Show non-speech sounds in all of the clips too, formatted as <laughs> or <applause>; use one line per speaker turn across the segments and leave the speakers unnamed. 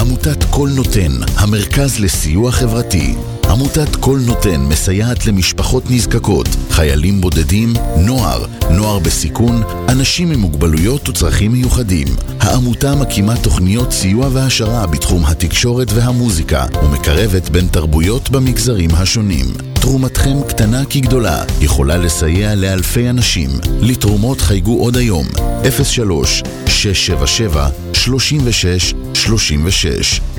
עמותת קול נותן, המרכז לסיוע חברתי. עמותת קול נותן מסייעת למשפחות נזקקות, חיילים בודדים, נוער, נוער בסיכון, אנשים עם מוגבלויות וצרכים מיוחדים. העמותה מקימה תוכניות סיוע והעשרה בתחום התקשורת והמוזיקה ומקרבת בין תרבויות במגזרים השונים. תרומתכם קטנה כגדולה יכולה לסייע לאלפי אנשים. לתרומות חייגו עוד היום 03-677-3636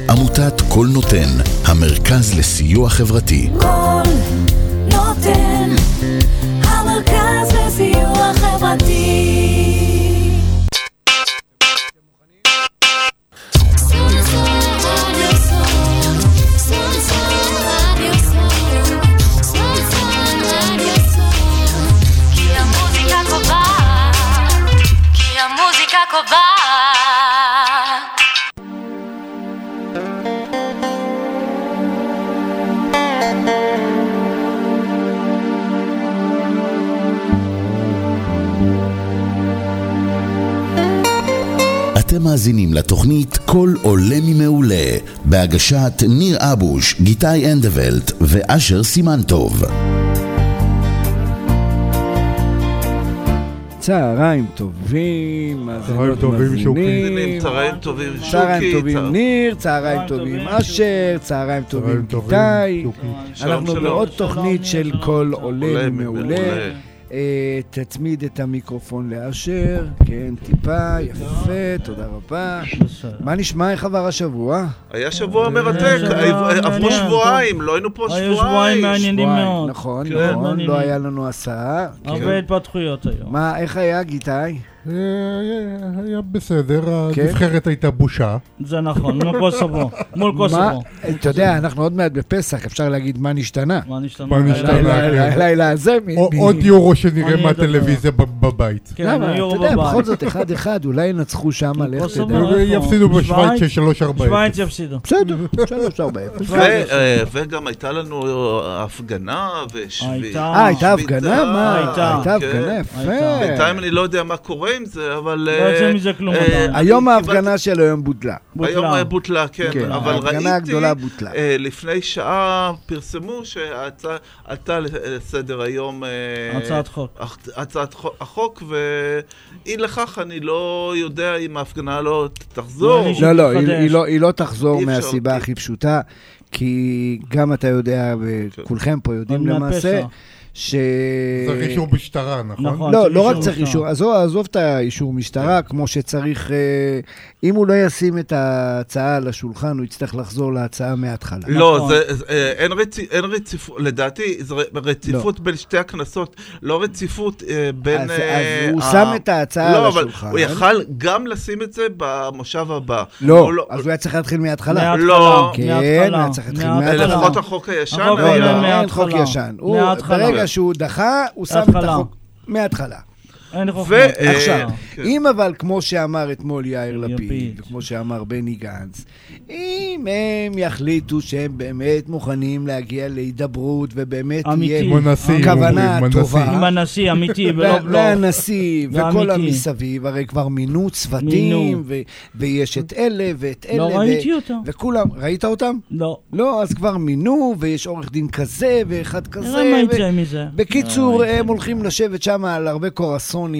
עמותת קול נותן, המרכז לסיוע חברתי.
קול נותן המרכז לסיוע חברתי. קובעת
אתם מאזינים לתוכנית "קול עולה ממעולה" בהגשת ניר אבוש, גיתי אנדוולט ואשר סימנטוב.
צהריים טובים, מאזינות
טובים,
מאזינים.
שוקי.
צהריים טובים, שוקי.
צהריים
צה-
טובים ניר, צהריים טובים אשר, צהריים טובים גיתי.
שלום,
אנחנו
שלום.
בעוד תוכנית של קול עולה
עולה
ומעולה.
ומעולה.
אה, תצמיד את המיקרופון לאשר, כן, טיפה, יפה, תודה רבה. מה נשמע, איך עבר השבוע?
היה שבוע מרתק,
שבוע
אה, עברו
מעניין,
שבועיים, לא היינו פה
היו שבועיים
שבועיים.
מעניינים
שבועיים,
מאוד.
נכון,
כן,
נכון,
מעניינים.
לא היה לנו הסעה. כן.
הרבה התפתחויות היום.
מה, איך היה, גיתי?
אה, היה בסדר,
כן?
הנבחרת הייתה בושה.
זה נכון, מול קוסובו. מול
מה,
קוסובו.
אתה יודע, אנחנו עוד מעט בפסח, אפשר להגיד מה נשתנה.
מה נשתנה?
מה נשתנה?
לילה?
כן.
הלילה- הלילה הזה, מ-
או-
מ-
עוד יורו
אני
שנראה מהטלוויזיה בב- בבית.
כן,
למה, אתה
היורו
יודע,
בבית.
בכל זאת, אחד-אחד, אולי ינצחו שם, לך
קוסובו.
תדע.
איפה?
יפסידו בשוויץ
שווייץ?
של 3-4.
שווייץ יפסידו.
בסדר, שלוש ארבע אפס.
ו- אה, וגם הייתה לנו הפגנה ושביתה.
הייתה.
אה, הייתה הפגנה? מה?
הייתה.
הייתה
כן.
הפגנה, יפה.
הייתה.
בינתיים אני לא יודע מה קורה עם זה, אבל...
לא יוצא
אה,
מזה כלום
אה,
עדיין.
אני
היום
קיבלתי-
ההפגנה של היום בוטלה.
היום
בוטלה.
אה, בוטלה,
כן,
כן, אבל
ההפגנה
ראיתי...
הגדולה בוטלה.
אה, לפני שעה פרסמו שעלתה לסדר היום... אה,
הצעת חוק.
הח- הצעת חוק- החוק, ואי לכך אני לא יודע אם ההפגנה לא ת- תחזור.
אני ש-
לא, לא,
מתחדש.
היא- היא לא- היא לא תחזור
אי אפשר, כן.
מהסיבה
אי-
הכי פשוטה, כי גם אתה יודע, וכולכם פה יודעים
עוד מעט
למעשה,
פסח.
ש...
צריך אישור משטרה, נכון?
נכון.
לא,
צריך
לא רק
אישור
צריך
משטרה. כן.
אישור, עזוב, עזוב את האישור משטרה, כמו שצריך, אה, אם הוא לא ישים את ההצעה על השולחן, הוא יצטרך לחזור להצעה מההתחלה.
לא,
נכון.
זה, זה, אה, אין, רצי, אין רציפות, לדעתי זה ר- רציפות בין שתי הכנסות, לא רציפות אה, בין...
אז-
אה,
אז הוא
ה-
שם את ההצעה על השולחן.
לא, אבל הוא יכל גם לשים את זה במושב הבא.
לא,
הוא
אז הוא היה צריך להתחיל מההתחלה.
מההתחלה,
לא.
כן,
מההתחלה,
היה צריך להתחיל
מההתחלה.
מההתחלה.
לפחות החוק הישן
החוק
לא,
היה...
לא,
מההתחלה.
אין חוק ישן. הוא-
מההתחלה.
ברגע שהוא דחה, הוא שם את
מההתחלה.
החוק מההתחלה.
אין חוכמות.
ו-
עכשיו,
כן.
אם אבל, כמו שאמר אתמול יאיר לפיד,
לפיד.
וכמו שאמר בני גנץ, אם הם יחליטו שהם באמת מוכנים להגיע להידברות, ובאמת
אמיתי.
תהיה
כמו נשיא,
כוונה
אומרים,
טובה.
הנשיא.
עם הנשיא, אמיתי ולא לא.
וה-
בלוף.
והנשיא וכל
ואמיתי.
המסביב, הרי כבר מינו צוותים,
מינו.
ו- ויש את אלה ואת אלה.
לא
ו-
ראיתי אותם.
וכולם, ראית אותם?
לא.
לא, אז כבר מינו, ויש עורך דין כזה, ואחד כזה.
נראה מה
ו-
יצא לא מזה. לא
בקיצור,
נראה מה
הם
יצא.
הולכים לשבת שם על הרבה קורסונים
כן,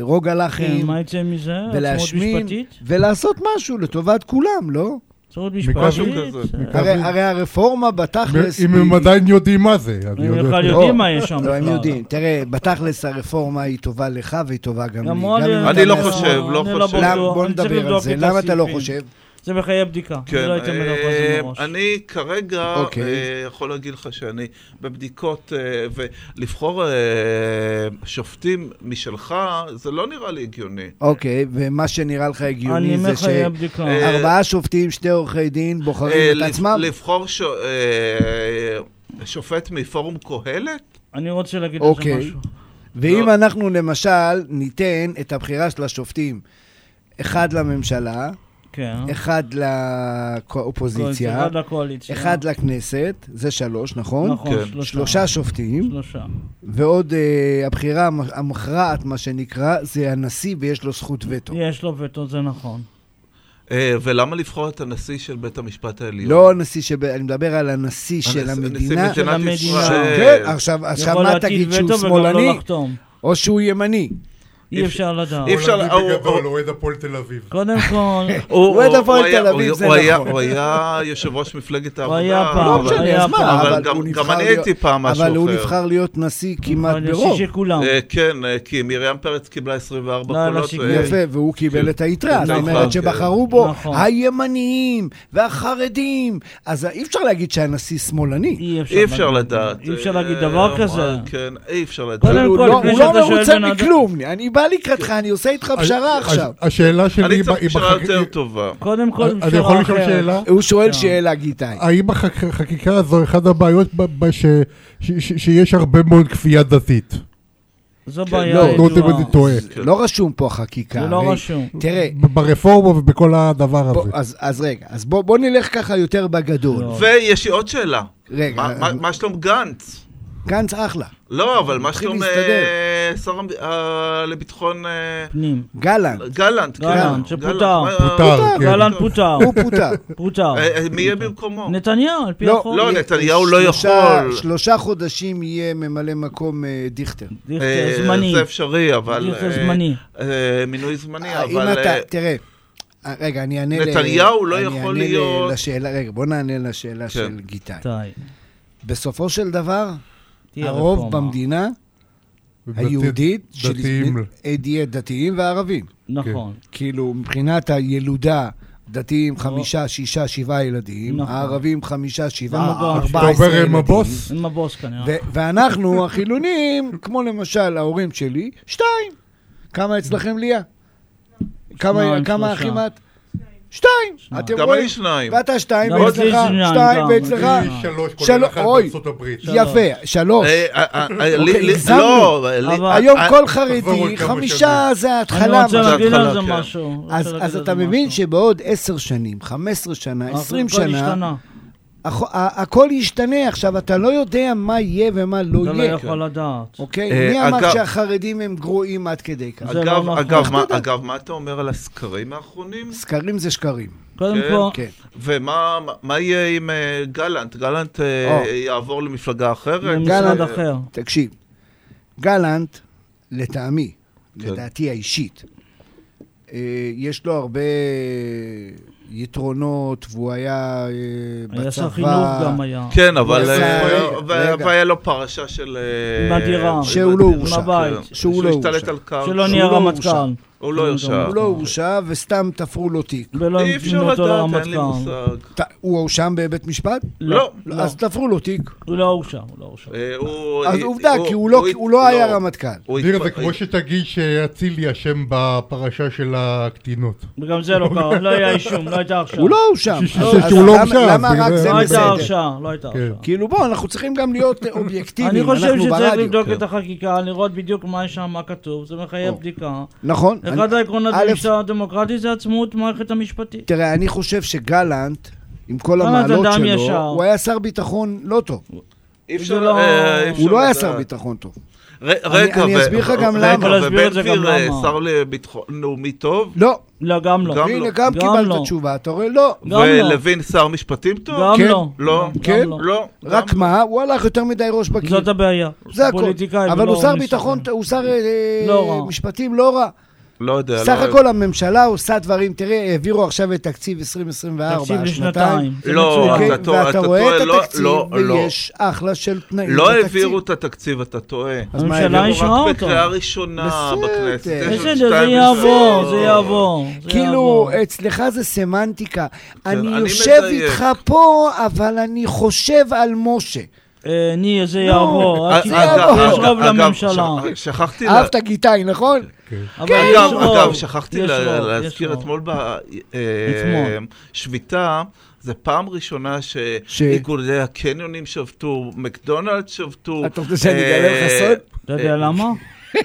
ורוגלחים,
מה יצא מזה? עצמאות
ולהשמין,
משפטית?
ולעשות משהו לטובת כולם, לא?
עצמאות
משהו
משפטית? אה.
כזה.
בסדר.
הרי
מקווים.
הרי הרפורמה בתכלס...
אם
היא-
הם עדיין יודעים מה זה. אז
הם
יודע-
בכלל
לא,
יודעים מה יש שם
לא, הם
בכלל.
יודעים. תראה, בתכלס הרפורמה היא טובה לך והיא טובה גם לי.
גם עוד-
גם אם
אני
אתה
לא
מהשמאל.
חושב, לא
אני
חושב.
בטוח.
למה- בוא
אני צריך
נדבר על
לבדוק
זה.
את
למה אתה לא
הסעיפים.
חושב?
זה מחייב בדיקה.
כן,
לא הייתי אומר לך את זה
אה,
מראש.
אני כרגע
אוקיי.
אה, יכול להגיד לך שאני בבדיקות, אה, ולבחור אה, שופטים משלך, זה לא נראה לי הגיוני.
אוקיי, ומה שנראה לך
אני
הגיוני זה
מחייב בדיקה.
אה,
שארבעה שופטים, שתי עורכי דין,
אה,
בוחרים את
לב-
עצמם?
לבחור ש- אה, שופט מפורום קהלת?
אני רוצה להגיד לך
אוקיי.
משהו.
ואם
לא.
אנחנו למשל ניתן את הבחירה של השופטים, אחד לממשלה,
כן.
אחד לאופוזיציה,
אחד לקואליציה.
אחד לכנסת, זה שלוש, נכון?
נכון,
כן.
שלושה שופטים,
שלושה.
ועוד אה, הבחירה המ- המכרעת, מה שנקרא, זה הנשיא ויש לו זכות וטו.
יש לו וטו, זה נכון.
אה, ולמה לבחור את הנשיא של בית המשפט העליון?
לא הנשיא שב... אני מדבר על הנשיא של
הנשיא-
המדינה.
נשיא מדינת
של
כן,
ישראל.
עכשיו, עכשיו
יכול
מה
להטיל
תגיד שהוא
וטו וגם
שמאלני,
לא לחתום.
או שהוא ימני?
אי אפשר לדעת.
אי אפשר-
הולנדי
הוא-
בגדול,
הוא-
אוהד הפועל תל אביב.
<laughs>
קודם כל,
הוא-
אוהד
הוא-
הפועל
הוא היה-
תל אביב,
הוא-
זה
הוא היה-
נכון.
הוא היה יושב ראש מפלגת העבודה.
היה פעם,
אבל-
לא משנה, היה אז מה, פעם.
אבל
הוא
גם-
נבחר
גם אני
להיות-
הייתי פעם משהו
אבל הוא
אחר.
נבחר להיות נשיא כמעט
אני
ברוב.
חושב שכולם.
אה, כן, אה, כי מרים פרץ קיבלה 24
לא, לא
קולות.
שיגעו.
ו-
יפה, והוא קיבל
אה, כן.
את היתרה,
את
זאת
היתרה,
אומרת שבחרו בו
נכון.
הימניים והחרדים, אז אי אפשר להגיד שהנשיא שמאלני.
אי אפשר,
אי אפשר
להגיד.
לדעת.
אי אפשר
אה,
להגיד דבר
אה,
כזה.
כן, אי אפשר לדעת.
קודם
הוא
כל,
לא-
לפני
הוא לא
שאתה שואל
מרוצה
בן אדם-
מכלום, אני בא לקראתך, אני עושה איתך פשרה
אז-
עכשיו.
אז- השאלה שלי
אני
היא
צריך
בחק-
שאלה יותר טובה.
קודם כל,
אני יכול לשאול
אחרת.
שאלה?
אה, הוא
כן.
שואל שאלה, גיטאי.
האם החקיקה הזו אחת הבעיות ב- ב- ש- ש- ש- שיש הרבה מאוד כפייה דתית?
זו
כן,
בעיה
לא, נו, אם
ידועה.
אני טועה.
כן.
לא רשום פה חקיקה.
זה לא
הרי-
רשום.
תראה,
ב- ברפורמה ובכל הדבר
בוא-
הזה.
אז- אז רגע, אז בוא בוא נלך ככה יותר בגדול.
לא.
ויש לי עוד שאלה.
רגע,
מה- מה-
אז-
מה שלום גנץ?
גנץ אחלה.
לא, אבל מה
מתחיל
שלום אה,
להסתדר.
שר המ- אה, לביטחון... אה,
פנים.
גלנט,
גלנט, כן.
גלנט, שפוטר.
מה-
פוטר,
אוקיי.
כן.
גלנט פוטר.
הוא פוטר.
פוטר.
אה, אה, מי יהיה במקומו?
נתניהו, על פי
לא,
החוק.
לא,
יהיה-
נתניהו לא
שלושה-
יכול.
שלושה חודשים יהיה ממלא מקום אה, דיכטר.
אה,
דיכטר זמני.
זה אפשרי, אבל...
דיכטר
אה,
זמני.
אה, מינוי זמני,
אם
אבל... אה,
אתה, תראה, רגע, אני אענה... ל-
נתניהו לא
אני
יכול
אענה ל-
להיות- כן.
לשאלה, רגע, בוא נענה לשאלה של גיטאי.
די.
בסופו של דבר,
תהיה
הרוב
רפורמה.
במדינה
דת-
היהודית, של-
דתיים. כן.
אה, יהיה דתיים וערבים.
נכון. לא.
כאילו, מבחינת הילודה, דתיים חמישה, שישה, שבעה ילדים,
נכון.
הערבים חמישה, שבעה,
נכון.
כשאתה
ארבע עשרה
עובר
ילדים.
עם הבוס,
עם הבוס כנראה.
ו-
<laughs>
ואנחנו, החילונים, כמו למשל ההורים שלי, שתיים. כמה אצלכם ליה? כמה,
שניים,
כמה
שלושה.
אחים את? שתיים.
שניים.
אתם
גם
רואים?
אני שניים.
ואתה שתיים,
גם לא, לי
ואצלך,
שניים,
שתיים,
גם.
ואצלך.
לי
היא שלוש,
של-
כולל אחת
אוי.
בארצות הברית.
שלוש.
יפה, שלוש. אוקיי,
אה, אה, אה, אה, לי- לי-
הגזמנו.
לא, לי-
אבל-
היום
אה,
כל
תחזור עוד
חרדי,
כמה
חמישה
שנים.
זה
אני
ההתחלה.
רוצה
מה-
מההתחלה,
להגיד על זה
כן.
משהו. רוצה
אז,
להגיד
אז
על
אתה
זה
מבין
משהו.
שבעוד עשר שנים, חמש עשרה שנה, עשרים
הכל
שנה,
השתנה.
הכ- ה- הכל ישתנה. עכשיו, אתה לא יודע מה יהיה ומה לא
אתה לא
יהיה.
יכול לדעת.
אוקיי?
אה,
מי אמר
אגב-
שהחרדים הם גרועים עד כדי כך?
זה לא
אגב,
נכון.
אגב,
איך
מה-
אתה יודע?
אגב, מה אתה אומר על הסקרים האחרונים?
סקרים זה שקרים.
קודם
כן,
כל,
כן.
ומה מה- מה יהיה עם אה, גלנט? גלנט אה,
או.
יעבור למפלגה אחרת?
במשרד
גלנט-
אחר.
תקשיב, גלנט, לטעמי,
כן.
לדעתי האישית, אה, יש לו הרבה יתרונות, והוא היה אה, בצבא.
היה שר חינוך גם היה.
כן, אבל
רגע,
אה,
רגע.
ו- והיה לו פרשה של... אה,
בדירה.
שהוא לא
בדירה.
הורשע.
מהבית.
כן.
שהוא לא
השתלט
הורשע.
על קרקע.
שלא
שהוא
נהיה
לא הורשע.
רמטכ"ל.
הוא לא הורשע.
הוא לא הורשע וסתם תפרו לו תיק.
ולא
אי אפשר
המתינו אותו
לדעת, אין לי
לרמטכ"ל.
מושג.
ת- הוא הואשם בבית משפט?
לא.
לא, אז תפרו לו תיק.
הוא לא הורשע, הוא לא הורשע.
אה, הוא-
אז
אה,
עובדה, כי הוא לא- הוא לא היה רמטכ"ל.
הוא
תראה,
התפ-
זה כמו שתגיד שאצילי אשם בפרשה של הקטינות.
וגם זה לא קרה, לא היה אישום, לא הייתה הרשעה.
הוא לא הואשם.
ש- ש-
אז
שהוא לא
למה-
הורשע, אז
למה רק
בגלל-
זה
לא הייתה
בסדר?
הרשעה, לא
כן.
הייתה הרשעה.
כאילו בוא, אנחנו צריכים גם
<laughs>
להיות אובייקטיביים,
אני חושב
אנחנו
שצריך
ברדיו.
כן.
כן.
לבדוק את החקיקה, לראות בדיוק מה יש שם, מה כתוב, זה מחייב
או.
בדיקה.
נכון.
אחד
אני-
העקרונות
א',
במשטר הדמוקרטי זה עצמאות מערכת המשפטית.
תראה, אני חושב שגלנט, עם כל
גלנט
המעלות
אדם
שלו,
ישר.
הוא היה שר ביטחון לא טוב.
אי אפשר-
זה לא-
אה, אי אפשר
הוא לא היה
לדעת.
שר ביטחון טוב.
ר-
אני-
רגע,
אני
ו-
אסביר לך גם
רגע,
למה.
אבל אסביר את זה
ובן
גם
גביר, אה,
למה.
שר לביטחון לאומי טוב?
לא.
לא, גם לא.
גם
הנה,
לא.
גם
גם קיבלת
לא.
תשובה, אתה רואה? לא.
גם לא.
ולוין שר משפטים טוב?
גם
כן.
לא.
לא.
גם
כן.
לא.
לא.
רק
גם-
מה, הוא הלך יותר מדי ראש בקיר.
זאת הבעיה.
זה הכול.
פוליטיקאי
אבל
ולא
הוא שר
משפטן.
ביטחון, הוא שר אה,
לא רע.
משפטים לא רע.
לא יודע.
סך
לא-
הכל הממשלה עושה דברים, תראה, העבירו עכשיו את תקציב 2024,
תקציב
השנתיים.
לשנתיים. זה
לא,
מצוין.
אתה
אוקיי,
טועה,
ואתה
אתה
רואה את
טועה, לא,
התקציב,
לא, לא.
ויש אחלה של תנאים
לא
לתקציב.
העבירו את התקציב, אתה טועה.
אז
הממשלה
מה העבירו?
העבירו
אישרה
רק
אותו.
בקריאה ראשונה
בסדר.
בכנסת. יש עוד
בסדר, זה
שתיים
יעבור,
ושלוש.
זה יעבור. זה
כאילו,
יעבור.
אצלך זה סמנטיקה. אני
אני
יושב
מדייק.
איתך פה, אבל אני חושב על משה.
אה, ניר, זה יעבור.
אה,
כי
אגב,
יש
אגב,
רוב
אגב,
לממשלה.
שכח- אה, שכחתי לה-
אהבת גיטאי, נכון?
אבל יש
אגב,
רוב,
אגב, שכחתי
יש
לה-
רוב, יש
להזכיר
רוב.
אתמול
אתמול.
בשביתה, זה פעם ראשונה שאיגודי הקניונים שבתו, מקדונלדס שבתו.
אתה רוצה שאני אגלה לך
אה,
סוד?
אתה יודע למה?
כן.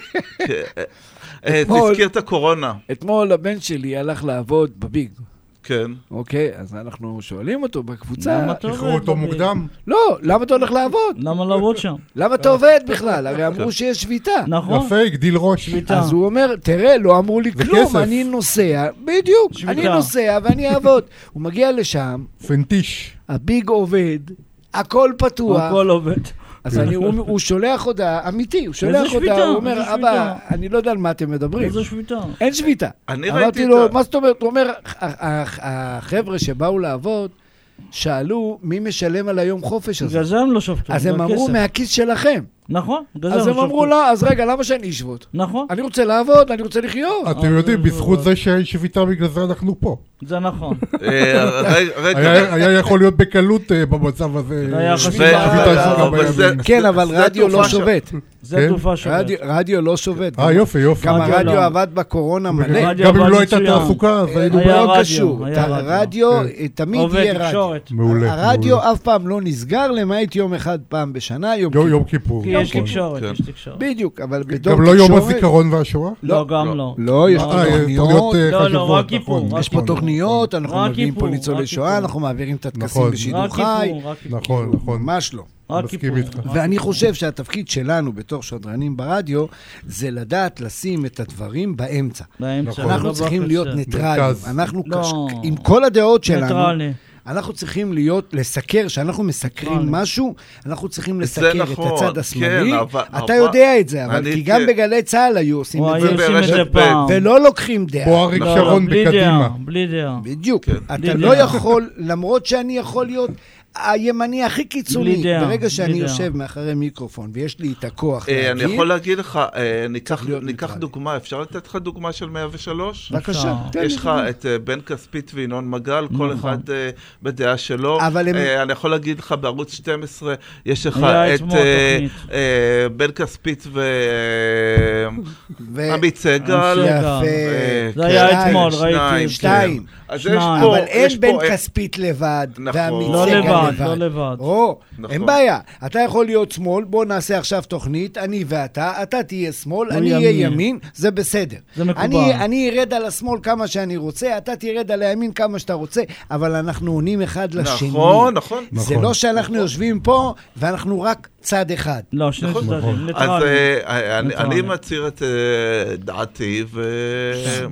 אה,
אתמול-
תזכיר את הקורונה,
אתמול הבן שלי הלך לעבוד בביג,
כן.
אוקיי? אז אנחנו שואלים אותו בקבוצה,
למה אתה
איחרו
עובד
אותו
בביג?
מוקדם? אה.
לא, למה אתה הולך לעבוד?
למה לעבוד שם?
למה אתה עובד בכלל? הרי אמרו שיש שביתה.
נכון?
יפה, הגדיל ראש.
שביתה.
אז הוא אומר, תראה, לא אמרו לי
זה
כלום,
כסף.
אני נוסע, בדיוק,
שביתה.
אני נוסע ואני אעבוד. הוא מגיע לשם,
פנטיש.
הביג עובד, הכל פתוח,
הכל עובד.
אז אני, הוא, הוא שולח הודעה, אמיתי, הוא שולח
איזה שביתה?
הודעה, הוא אומר,
איזה
אבא,
שביתה?"
אני לא יודע על מה אתם מדברים.
איזו שביתה.
נכון.
אין שביתה.
אני
אמרתי
ראיתי
לו,
את ה-
מה זאת אומרת? הוא אומר, "הח- הח- החבר'ה שבאו לעבוד, שאלו מי משלם על היום חופש הזה.
בגלל זה הם לא שבתו.
אז הם
בגלל
אמרו,
כסף.
מהכיס שלכם.
נכון, בגלל זה
אז
הם
הם
לא
אמרו,
שבתו.
לא, אז רגע, למה שאני אשבות?
נכון, אה,
אני רוצה לעבוד, אני רוצה לחיות.
<laughs> אתם יודעים, בזכות זה שאין שביתה, בגלל זה אנחנו פה.
זה נכון.
אה, רגע,
היה
רגע.
היה יכול להיות בקלות אה, במצב הזה.
היה
ו-
חשוב.
שביתה של כמה
אבל זה-
ימים.
כן,
זה-
אבל
זה
רדיו לא
תופעה ש-
שובת.
זה
כן?
תופעה שונה.
רדיו- רדיו לא שובת.
אה, יופי, יופי.
גם
רדיו
הרדיו
לא.
עבד בקורונה מלא.
רדיו
גם אם
עבד
לא הייתה
מצוין. אה,
תעסוקה, אז היינו... כן.
היה
לא
רדיו,
קשור.
היה
את
רדיו.
הרדיו, אה, תמיד
עובד
יהיה רדיו.
תקשורת.
מעולה. מעולה.
הרדיו אף פעם לא נסגר, למעט יום אחד פעם בשנה, יום
יום-
כיפור.
יום כיפור.
כי יש
נכון.
תקשורת,
כן.
יש תקשורת.
בדיוק, אבל בדור
גם
תקשורת...
לא יום הזיכרון והשואה?
לא, גם
לא.
לא.
לא, יש
אה,
פה
אה,
תוכניות,
תוכניות, אה,
לא, לא,
חשובות,
רק כיפור,
נכון,
רק
יש פה
נכון,
תוכניות, אנחנו
רק
מביאים פה
כיפור,
ניצולי
רק
שואה,
כיפור.
אנחנו מעבירים את הטקסים
נכון.
בשידור
רק
חי.
כיפור, רק כיפור.
נכון, נכון.
ממש לא.
רק
מסכים
כיפור,
איתך.
רק
ואני
כיפור.
חושב שהתפקיד שלנו בתור שדרנים ברדיו זה לדעת לשים את הדברים באמצע.
באמצע.
נכון.
אנחנו
לא
צריכים
באופן
להיות
זה.
ניטרליים.
מרכז.
אנחנו
לא.
קש- עם כל הדעות שלנו,
ניטרלי.
אנחנו צריכים להיות, לסקר, כשאנחנו מסקרים
ניטרלי.
משהו, אנחנו צריכים
זה
לסקר את
נכון,
הצד השמאלי.
כן, אבל-
אתה
אבל-
יודע את זה, אבל
אני-
כי גם
כן.
בגלי צה"ל היו עושים
או
את
היו
זה,
זה
עושים את
ברשת
זה
ב'.
פעם.
ולא לוקחים דעה.
כמו אריק
לא,
שרון
בלי
בקדימה.
דעה, בלי דעה.
בדיוק.
כן.
אתה
בלי
לא
דעה.
יכול, למרות שאני יכול להיות הימני הכי קיצוני,
בלי דעה,
ברגע
בלי
שאני
דעה.
יושב מאחורי מיקרופון ויש לי את הכוח
אה, אני
להגיד,
יכול להגיד לך, אה, ניקח-
להיות
ניקח
ניטרלי.
דוגמה, אפשר לתת לך דוגמה של 103?
בבקשה,
אפשר.
תן לי.
יש לך את אה, בן כספית וינון מגל, כל
נכון.
אחד אה, בדעה שלו.
אבל הם-
אה, אני יכול להגיד לך, בערוץ 12 יש לך
היה
את
אתמול
אה,
תוכנית.
אה, בן כספית ועמית
ו-
סגל.
יפה.
אה,
זה היה
כן,
אתמול,
שניים,
ראיתי את
כן.
זה.
שתיים.
אז יש
שניים.
פה,
אבל
יש
אין
פה
בן
את-
כספית לבד,
נכון.
ועמית
לא
סגל
לבד, לא לבד.
או,
נכון.
אין בעיה. אתה יכול להיות שמאל, בוא נעשה עכשיו תוכנית, אני ואתה, אתה תהיה שמאל,
הוא
אני אהיה
ימין.
ימין, זה בסדר.
זה מקובל.
אני- אני ארד על השמאל כמה שאני רוצה, אתה תרד על הימין כמה שאתה רוצה, אבל אנחנו עונים אחד לשני.
נכון, נכון.
זה
נכון.
לא שאנחנו יושבים פה, ואנחנו רק צד אחד.
לא, שני
נכון.
צדדים,
אז
ניטרלי.
אה, אני-
ניטרלי.
אני מצהיר את אה, דעתי, ו...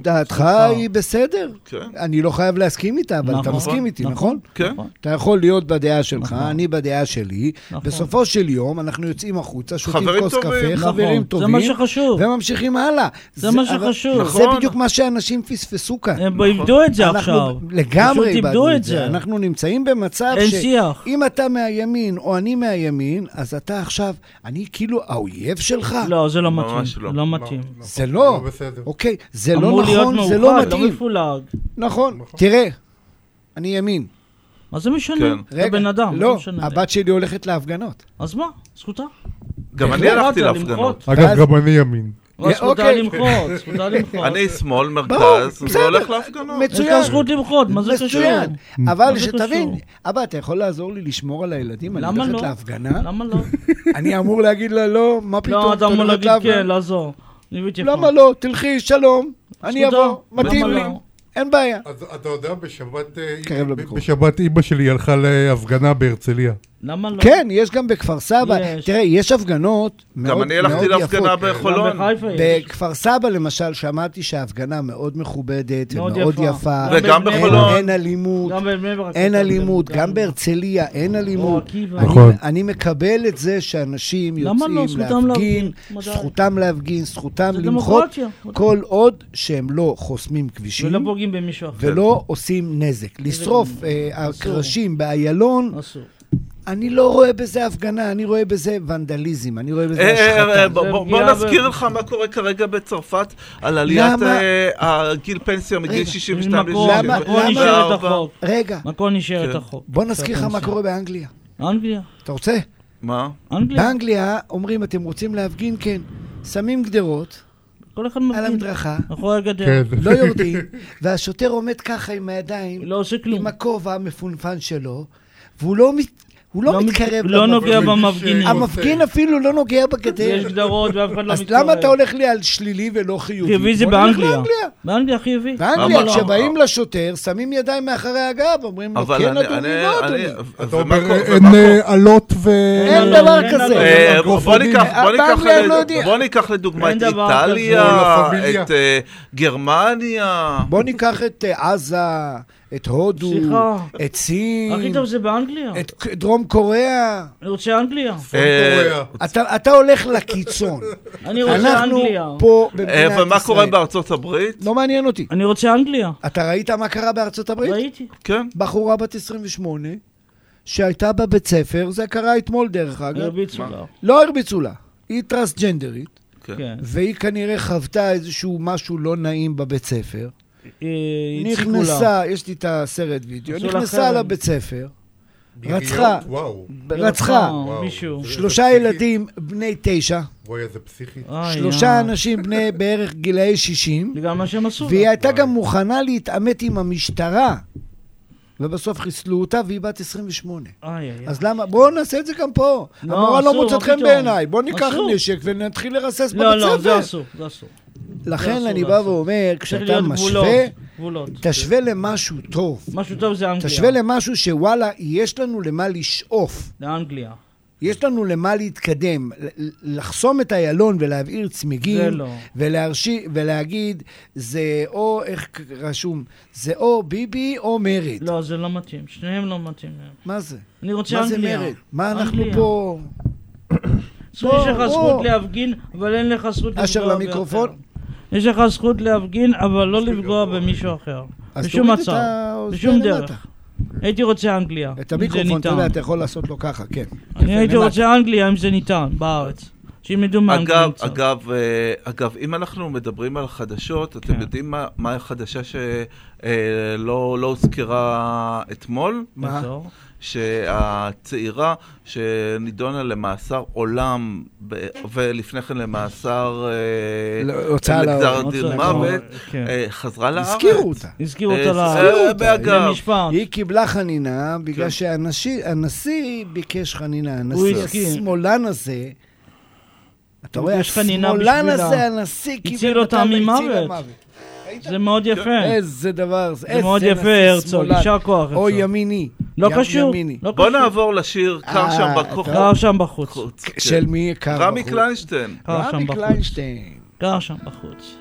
דעתך היא בסדר.
כן.
אני לא חייב להסכים איתה, אבל אתה
נכון.
מסכים איתי, נכון?
כן.
אתה יכול להיות בדעה שלך,
נכון.
אני בדעה שלי.
נכון.
בסופו של יום אנחנו יוצאים החוצה, שותים
חברים
כוס
טובים.
קפה,
נכון.
חברים
זה
טובים.
מה שחשוב.
וממשיכים הלאה.
זה מה
אבל-
שחשוב.
זה
נכון.
בדיוק מה שאנשים פספסו כאן.
הם איבדו את זה
אנחנו
עכשיו.
לגמרי
פשוט
איבדנו
איבדו
את זה. אנחנו נמצאים במצב
אין
ש...
שיח.
אם אתה מהימין או אני מהימין, אז אתה עכשיו, אני כאילו האויב שלך?
לא, זה לא
ממש
מתאים.
לא.
לא מתאים.
זה לא,
בסדר.
אוקיי, זה לא
אמור להיות
נכון, זה
מאוחד,
לא מתאים.
מפולג.
נכון, תראה, אני ימין.
מה זה משנה?
כן.
אתה בן אדם, לא
לא,
משנה.
הבת שלי הולכת להפגנות.
אז מה? זכותה.
גם אני
בהחלט,
הלכתי
לא למחות.
להפגנות. אה,
אגב,
ואז-
גם אני ימין.
אבל זכותה
אוקיי.
למחות, זכותה למחות.
<laughs> אני שמאל,
ברור,
מרכז,
בסדר.
והולך להפגנות.
מצוין.
יש לה זכות למחות, מה זה קשור?
מצוין.
מה
אבל
זה
שתבין,
קשור?
אבא, אתה יכול לעזור לי לשמור על הילדים? אני
למה
הולכת
לא?
להפגנה?
למה לא?
אני אמור להגיד לה לא, מה פתאום?
לא, אתה
את
אמור
הולכת
להגיד
להפגנה?"
כן, לעזור. הבאתי לך.
למה לא? תלכי, שלום, אני
זכותה.
אבוא, מתאים
למה
לי,
לא?
אין בעיה.
אז אתה יודע, בשבת... אה,
קרב
ב-
למיקרופון.
בשבת אימא שלי הלכה להפגנה בהרצליה.
למה לא?
כן, יש גם בכפר סבא.
יש.
תראה, יש הפגנות מאוד
גם
מאוד
אני
יפות.
הלכתי להפגנה בחולון.
גם בחיפה יש.
בכפר סבא, למשל, שמעתי שההפגנה מאוד מכובדת
מאוד
ומאוד
יפה.
יפה.
וגם
בבני-
בחולון.
אין אלימות.
גם בבני ברק.
אין
גם-
אלימות,
גם- לא,
גם בהרצליה אין אלימות.
עקיבא.
אני-
נכון.
אני מקבל את זה שאנשים
למה לא?
יוצאים
זכותם
להפגין,
להפגין.
זכותם להפגין, זכותם
זה
למחות,
דמוקרטיה.
כל עוד שהם לא חוסמים כבישים
ולא פוגעים במישהו אחר.
ולא עושים נזק. לשרוף אה,
אסור.
הקרשים באיילון,
אסור.
אני לא רואה בזה הפגנה, אני רואה בזה ונדליזם, אני רואה
אה,
בזה
אה, אה,
השחתה.
בוא- בוא בוא
פגיעה ב-
נזכיר לך מה קורה כרגע בצרפת על עליית
למה?
אה, הגיל פנסיה מגיל 62
מקור-
ל-
למה-
מקור
למה-
נשאר לא את
64.
החוק.
רגע,
מקור נשאר
כן.
את החוק.
בוא נזכיר לך מה
שהפנסיה.
קורה באנגליה.
אנגליה.
אתה רוצה?
מה?
אנגליה.
באנגליה אומרים, אתם רוצים להפגין? כן. שמים גדרות
כל אחד
על
מבין.
המדרכה,
מאחורי הגדר.
כן.
לא יורדים, והשוטר עומד ככה עם הידיים,
לא עושה כלום.
עם הכובע המפונפן שלו, והוא לא, מת, הוא לא,
לא מת-
מתקרב
לא נוגע
למפגין.
במפגינים.
המפגין אפילו לא נוגע בגדר.
יש גדרות ואף אחד לא
אז
מתקרב.
למה אתה הולך לי על שלילי ולא חיובי?
חיובי זה
בוא נלך
באנגליה.
לאנגליה.
באנגליה חיובי.
באנגליה,
למה לא?
כשבאים לשוטר, שמים ידיים מאחורי הגב, אומרים לו,
אבל
כן
אני...
אדוני,
אני-
לא
אני- אה,
אדוני.
ומה
אתה אומר,
קורה-
אין
ומה קורה?
אה, עלות ו...
אין דבר
אין
כזה.
אדם.
אה, בוא בוא
מיקרופונים.
ניקח, בוא ניקח,
באנגליה הם לא
לד-
יודעים.
בוא ניקח לדוגמה
אין
את
דבר
איטליה,
כזה. או לה פמיליה.
את אה, גרמניה.
בוא ניקח את אה, עזה, את הודו,
סליחה.
את סין,
הכי טוב זה באנגליה.
את ק- דרום קוריאה.
אני רוצה אנגליה.
אה,
קוריאה.
אתה- אתה הולך לקיצון.
אני רוצה
אנחנו
אנגליה.
פה במדינת
אה,
ישראל.
ומה קורה בארצות הברית?
לא מעניין אותי.
אני רוצה אנגליה.
אתה ראית מה קרה בארצות הברית?
ראיתי.
כן.
בחורה בת 28, שהייתה בבית ספר, זה קרה אתמול דרך אגב,
הרביצו לה.
לא הרביצו לה, היא טרנסג'נדרית,
כן.
כן.
והיא כנראה חוותה איזשהו משהו לא נעים בבית ספר.
אה, הציקו לה.
נכנסה, יש לי את הסרט וידאו,
עשו לה
נכנסה
חרם.
לבית ספר,
יריות?
רצחה.
וואו.
היא
רצחה
וואו.
מישהו.
זה-
שלושה
זה פסיכי.
ילדים בני תשע,
וואי, איזה פסיכי.
איי,
שלושה
אה. <laughs>
אנשים בני בערך גילאי 60,
בגלל מה שהם עשו. לא?
והיא
לה.
הייתה גם מוכנה להתעמת עם המשטרה, ובסוף חיסלו אותה והיא בת 28.
איי, איי, איי.
אז למה? בואו נעשה את זה גם פה.
לא,
המורה לא
אסור,
מוצאת
מה
חן
פתאום?
בעיניי, בואו ניקח
אסור.
נשק ונתחיל לרסס
לא,
בבית
לא, זה
ספר.
אסור. זה אסור.
לכן
לא אסור,
אני
זה
בא
אסור.
ואומר,
צריך
כשאתה
להיות גבולות.
משווה,
גבולות.
תשווה למשהו טוב.
משהו טוב זה אנגליה.
תשווה למשהו שוואלה, יש לנו למה לשאוף.
לאנגליה.
יש לנו למה להתקדם, ל- לחסום את איילון ולהבעיר
זה
צמיגים,
לא.
ולהרשי, ולהגיד, זה או, איך ק- רשום, זה או ביבי או מרד.
לא, זה לא מתאים. שניהם לא מתאים להם.
מה זה?
אני רוצה
מה זה
אנגליה.
מרד? מה אנחנו
אנגליה.
פה...
זכות, יש
בוא,
לך
בוא.
זכות להפגין, אבל אין לך זכות לפגוע
אשר
באחר.
למיקרופון.
יש לך זכות להפגין, אבל לא לפגוע במישהו אחר.
אז
בשום
תוריד את
מצב.
האוזניים
בשום
למטה.
דרך. הייתי רוצה אנגליה.
את
אם זה
המיקרופון, אתה יודע,
ניתן.
אתה יכול לעשות לו ככה, כן.
אני
יפה,
הייתי
למטה.
רוצה אנגליה אם זה ניתן, בארץ. שילמדו
אגב,
מאנגליה. קצת.
אגב, אה, אגב, אם אנחנו מדברים על חדשות, אתם
כן.
יודעים מה- מה החדשה שלא לא הוזכרה אתמול?
מה?
בסדר.
שהצעירה שנידונה למאסר עולם, ב- ולפני כן למאסר אה,
לא, הוצאה
לגזר
לאור.
דין
הוצאה
מוות,
לאור, כן.
אה, חזרה לארץ.
הזכירו אותה.
הזכירו
אה,
אותה
הזכירו
לארץ.
אותה, באגב.
למשפט.
היא קיבלה חנינה בגלל
כן.
שהנשיא הנשיא ביקש חנינה.
הוא
הנשיא
הסכים.
השמאלן הזה, אתה רואה,
ביקש חנינה
השמאלן
בשבילה.
הזה, הנשיא
הציל
קיבל
אותה
אותם,
ממוות.
הציל למוות. ראית?
זה
כן.
מאוד יפה.
איזה דבר זה,
זה
איזה
מאוד יפה,
נשיא
הרצוג.
שמאלן.
יישר כוח,
או
הרצוג.
ימיני.
לא
י-
קשור.
ימיני.
לא
בוא
קשור.
נעבור לשיר קר שם
אה,
בכוכב.
קר שם בחוץ.
כן.
של מי קר?
רמי
בחוץ?
קליינשטיין.
קר שם
רמי
בחוץ.
קליינשטיין.
קר שם בחוץ.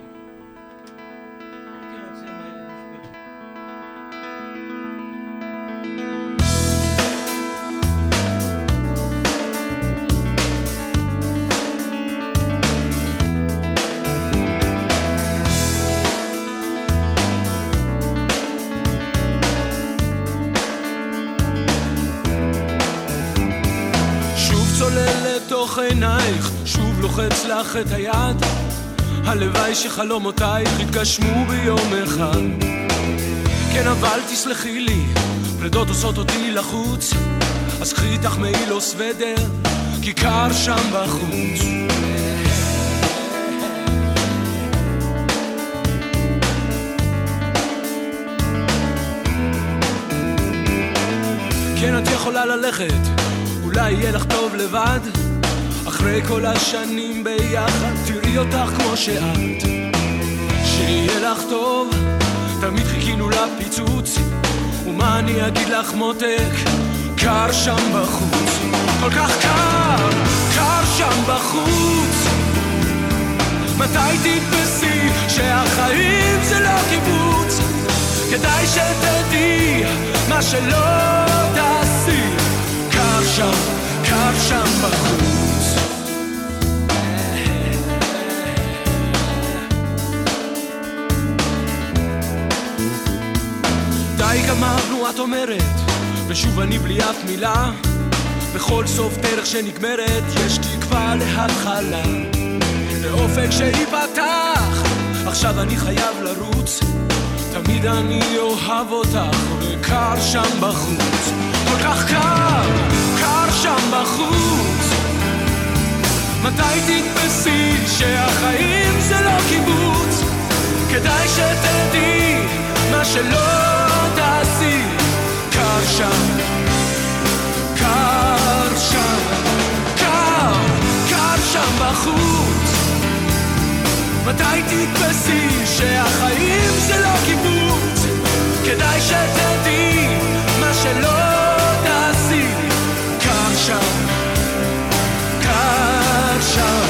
שוב צולל לתוך עינייך, שוב לוחץ לך את היד. הלוואי שחלומותייך יתגשמו ביום אחד. כן, אבל תסלחי לי, פרדות עושות אותי לחוץ. אז קחי איתך מעיל או סוודר, כי קר שם בחוץ. כן, את יכולה ללכת, אולי יהיה לך טוב לבד. אחרי כל השנים ביחד, תראי אותך כמו שאת. שיהיה לך טוב, תמיד חיכינו לפיצוץ. ומה אני אגיד לך מותק?
קר שם בחוץ, כל כך קר, קר שם בחוץ. מתי תתפסי שהחיים זה לא קיבוץ? כדאי שתדעי מה שלא תעשי. קר שם, קר שם בחוץ. די גמרנו, את אומרת, ושוב אני בלי אף מילה. בכל סוף דרך שנגמרת, יש תקווה להתחלה. לאופק שייפתח, עכשיו אני חייב לרוץ. תמיד אני אוהב אותך, וקר שם בחוץ. כל כך קר, קר שם בחוץ. מתי תתפסי שהחיים זה לא קיבוץ? כדאי שתדעי מה שלא תעשי. קר שם, קר שם, קר, קר שם בחוץ. מתי תתפסי שהחיים זה לא קיבוץ? כדאי שתדעי מה שלא תעשי. קר שם, קר שם.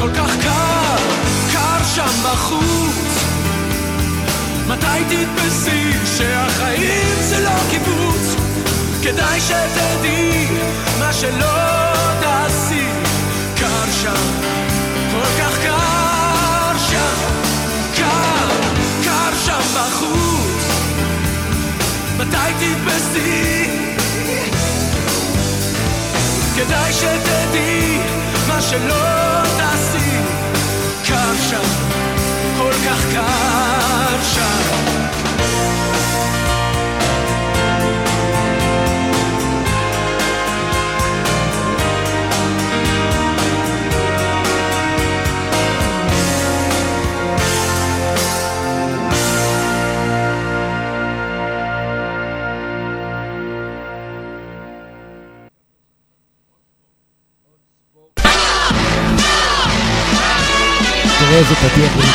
כל כך קר, קר שם בחוץ. מתי תתפסי שהחיים זה לא קיבוץ? כדאי שתדעי מה שלא תעשי. קר שם, כל כך קר שם, קר, קר שם בחוץ. מתי תתפסי? כדאי שתדעי מה שלא תעשי קר שם, כל כך קר שם
תראה איזה פתיח פוליטי.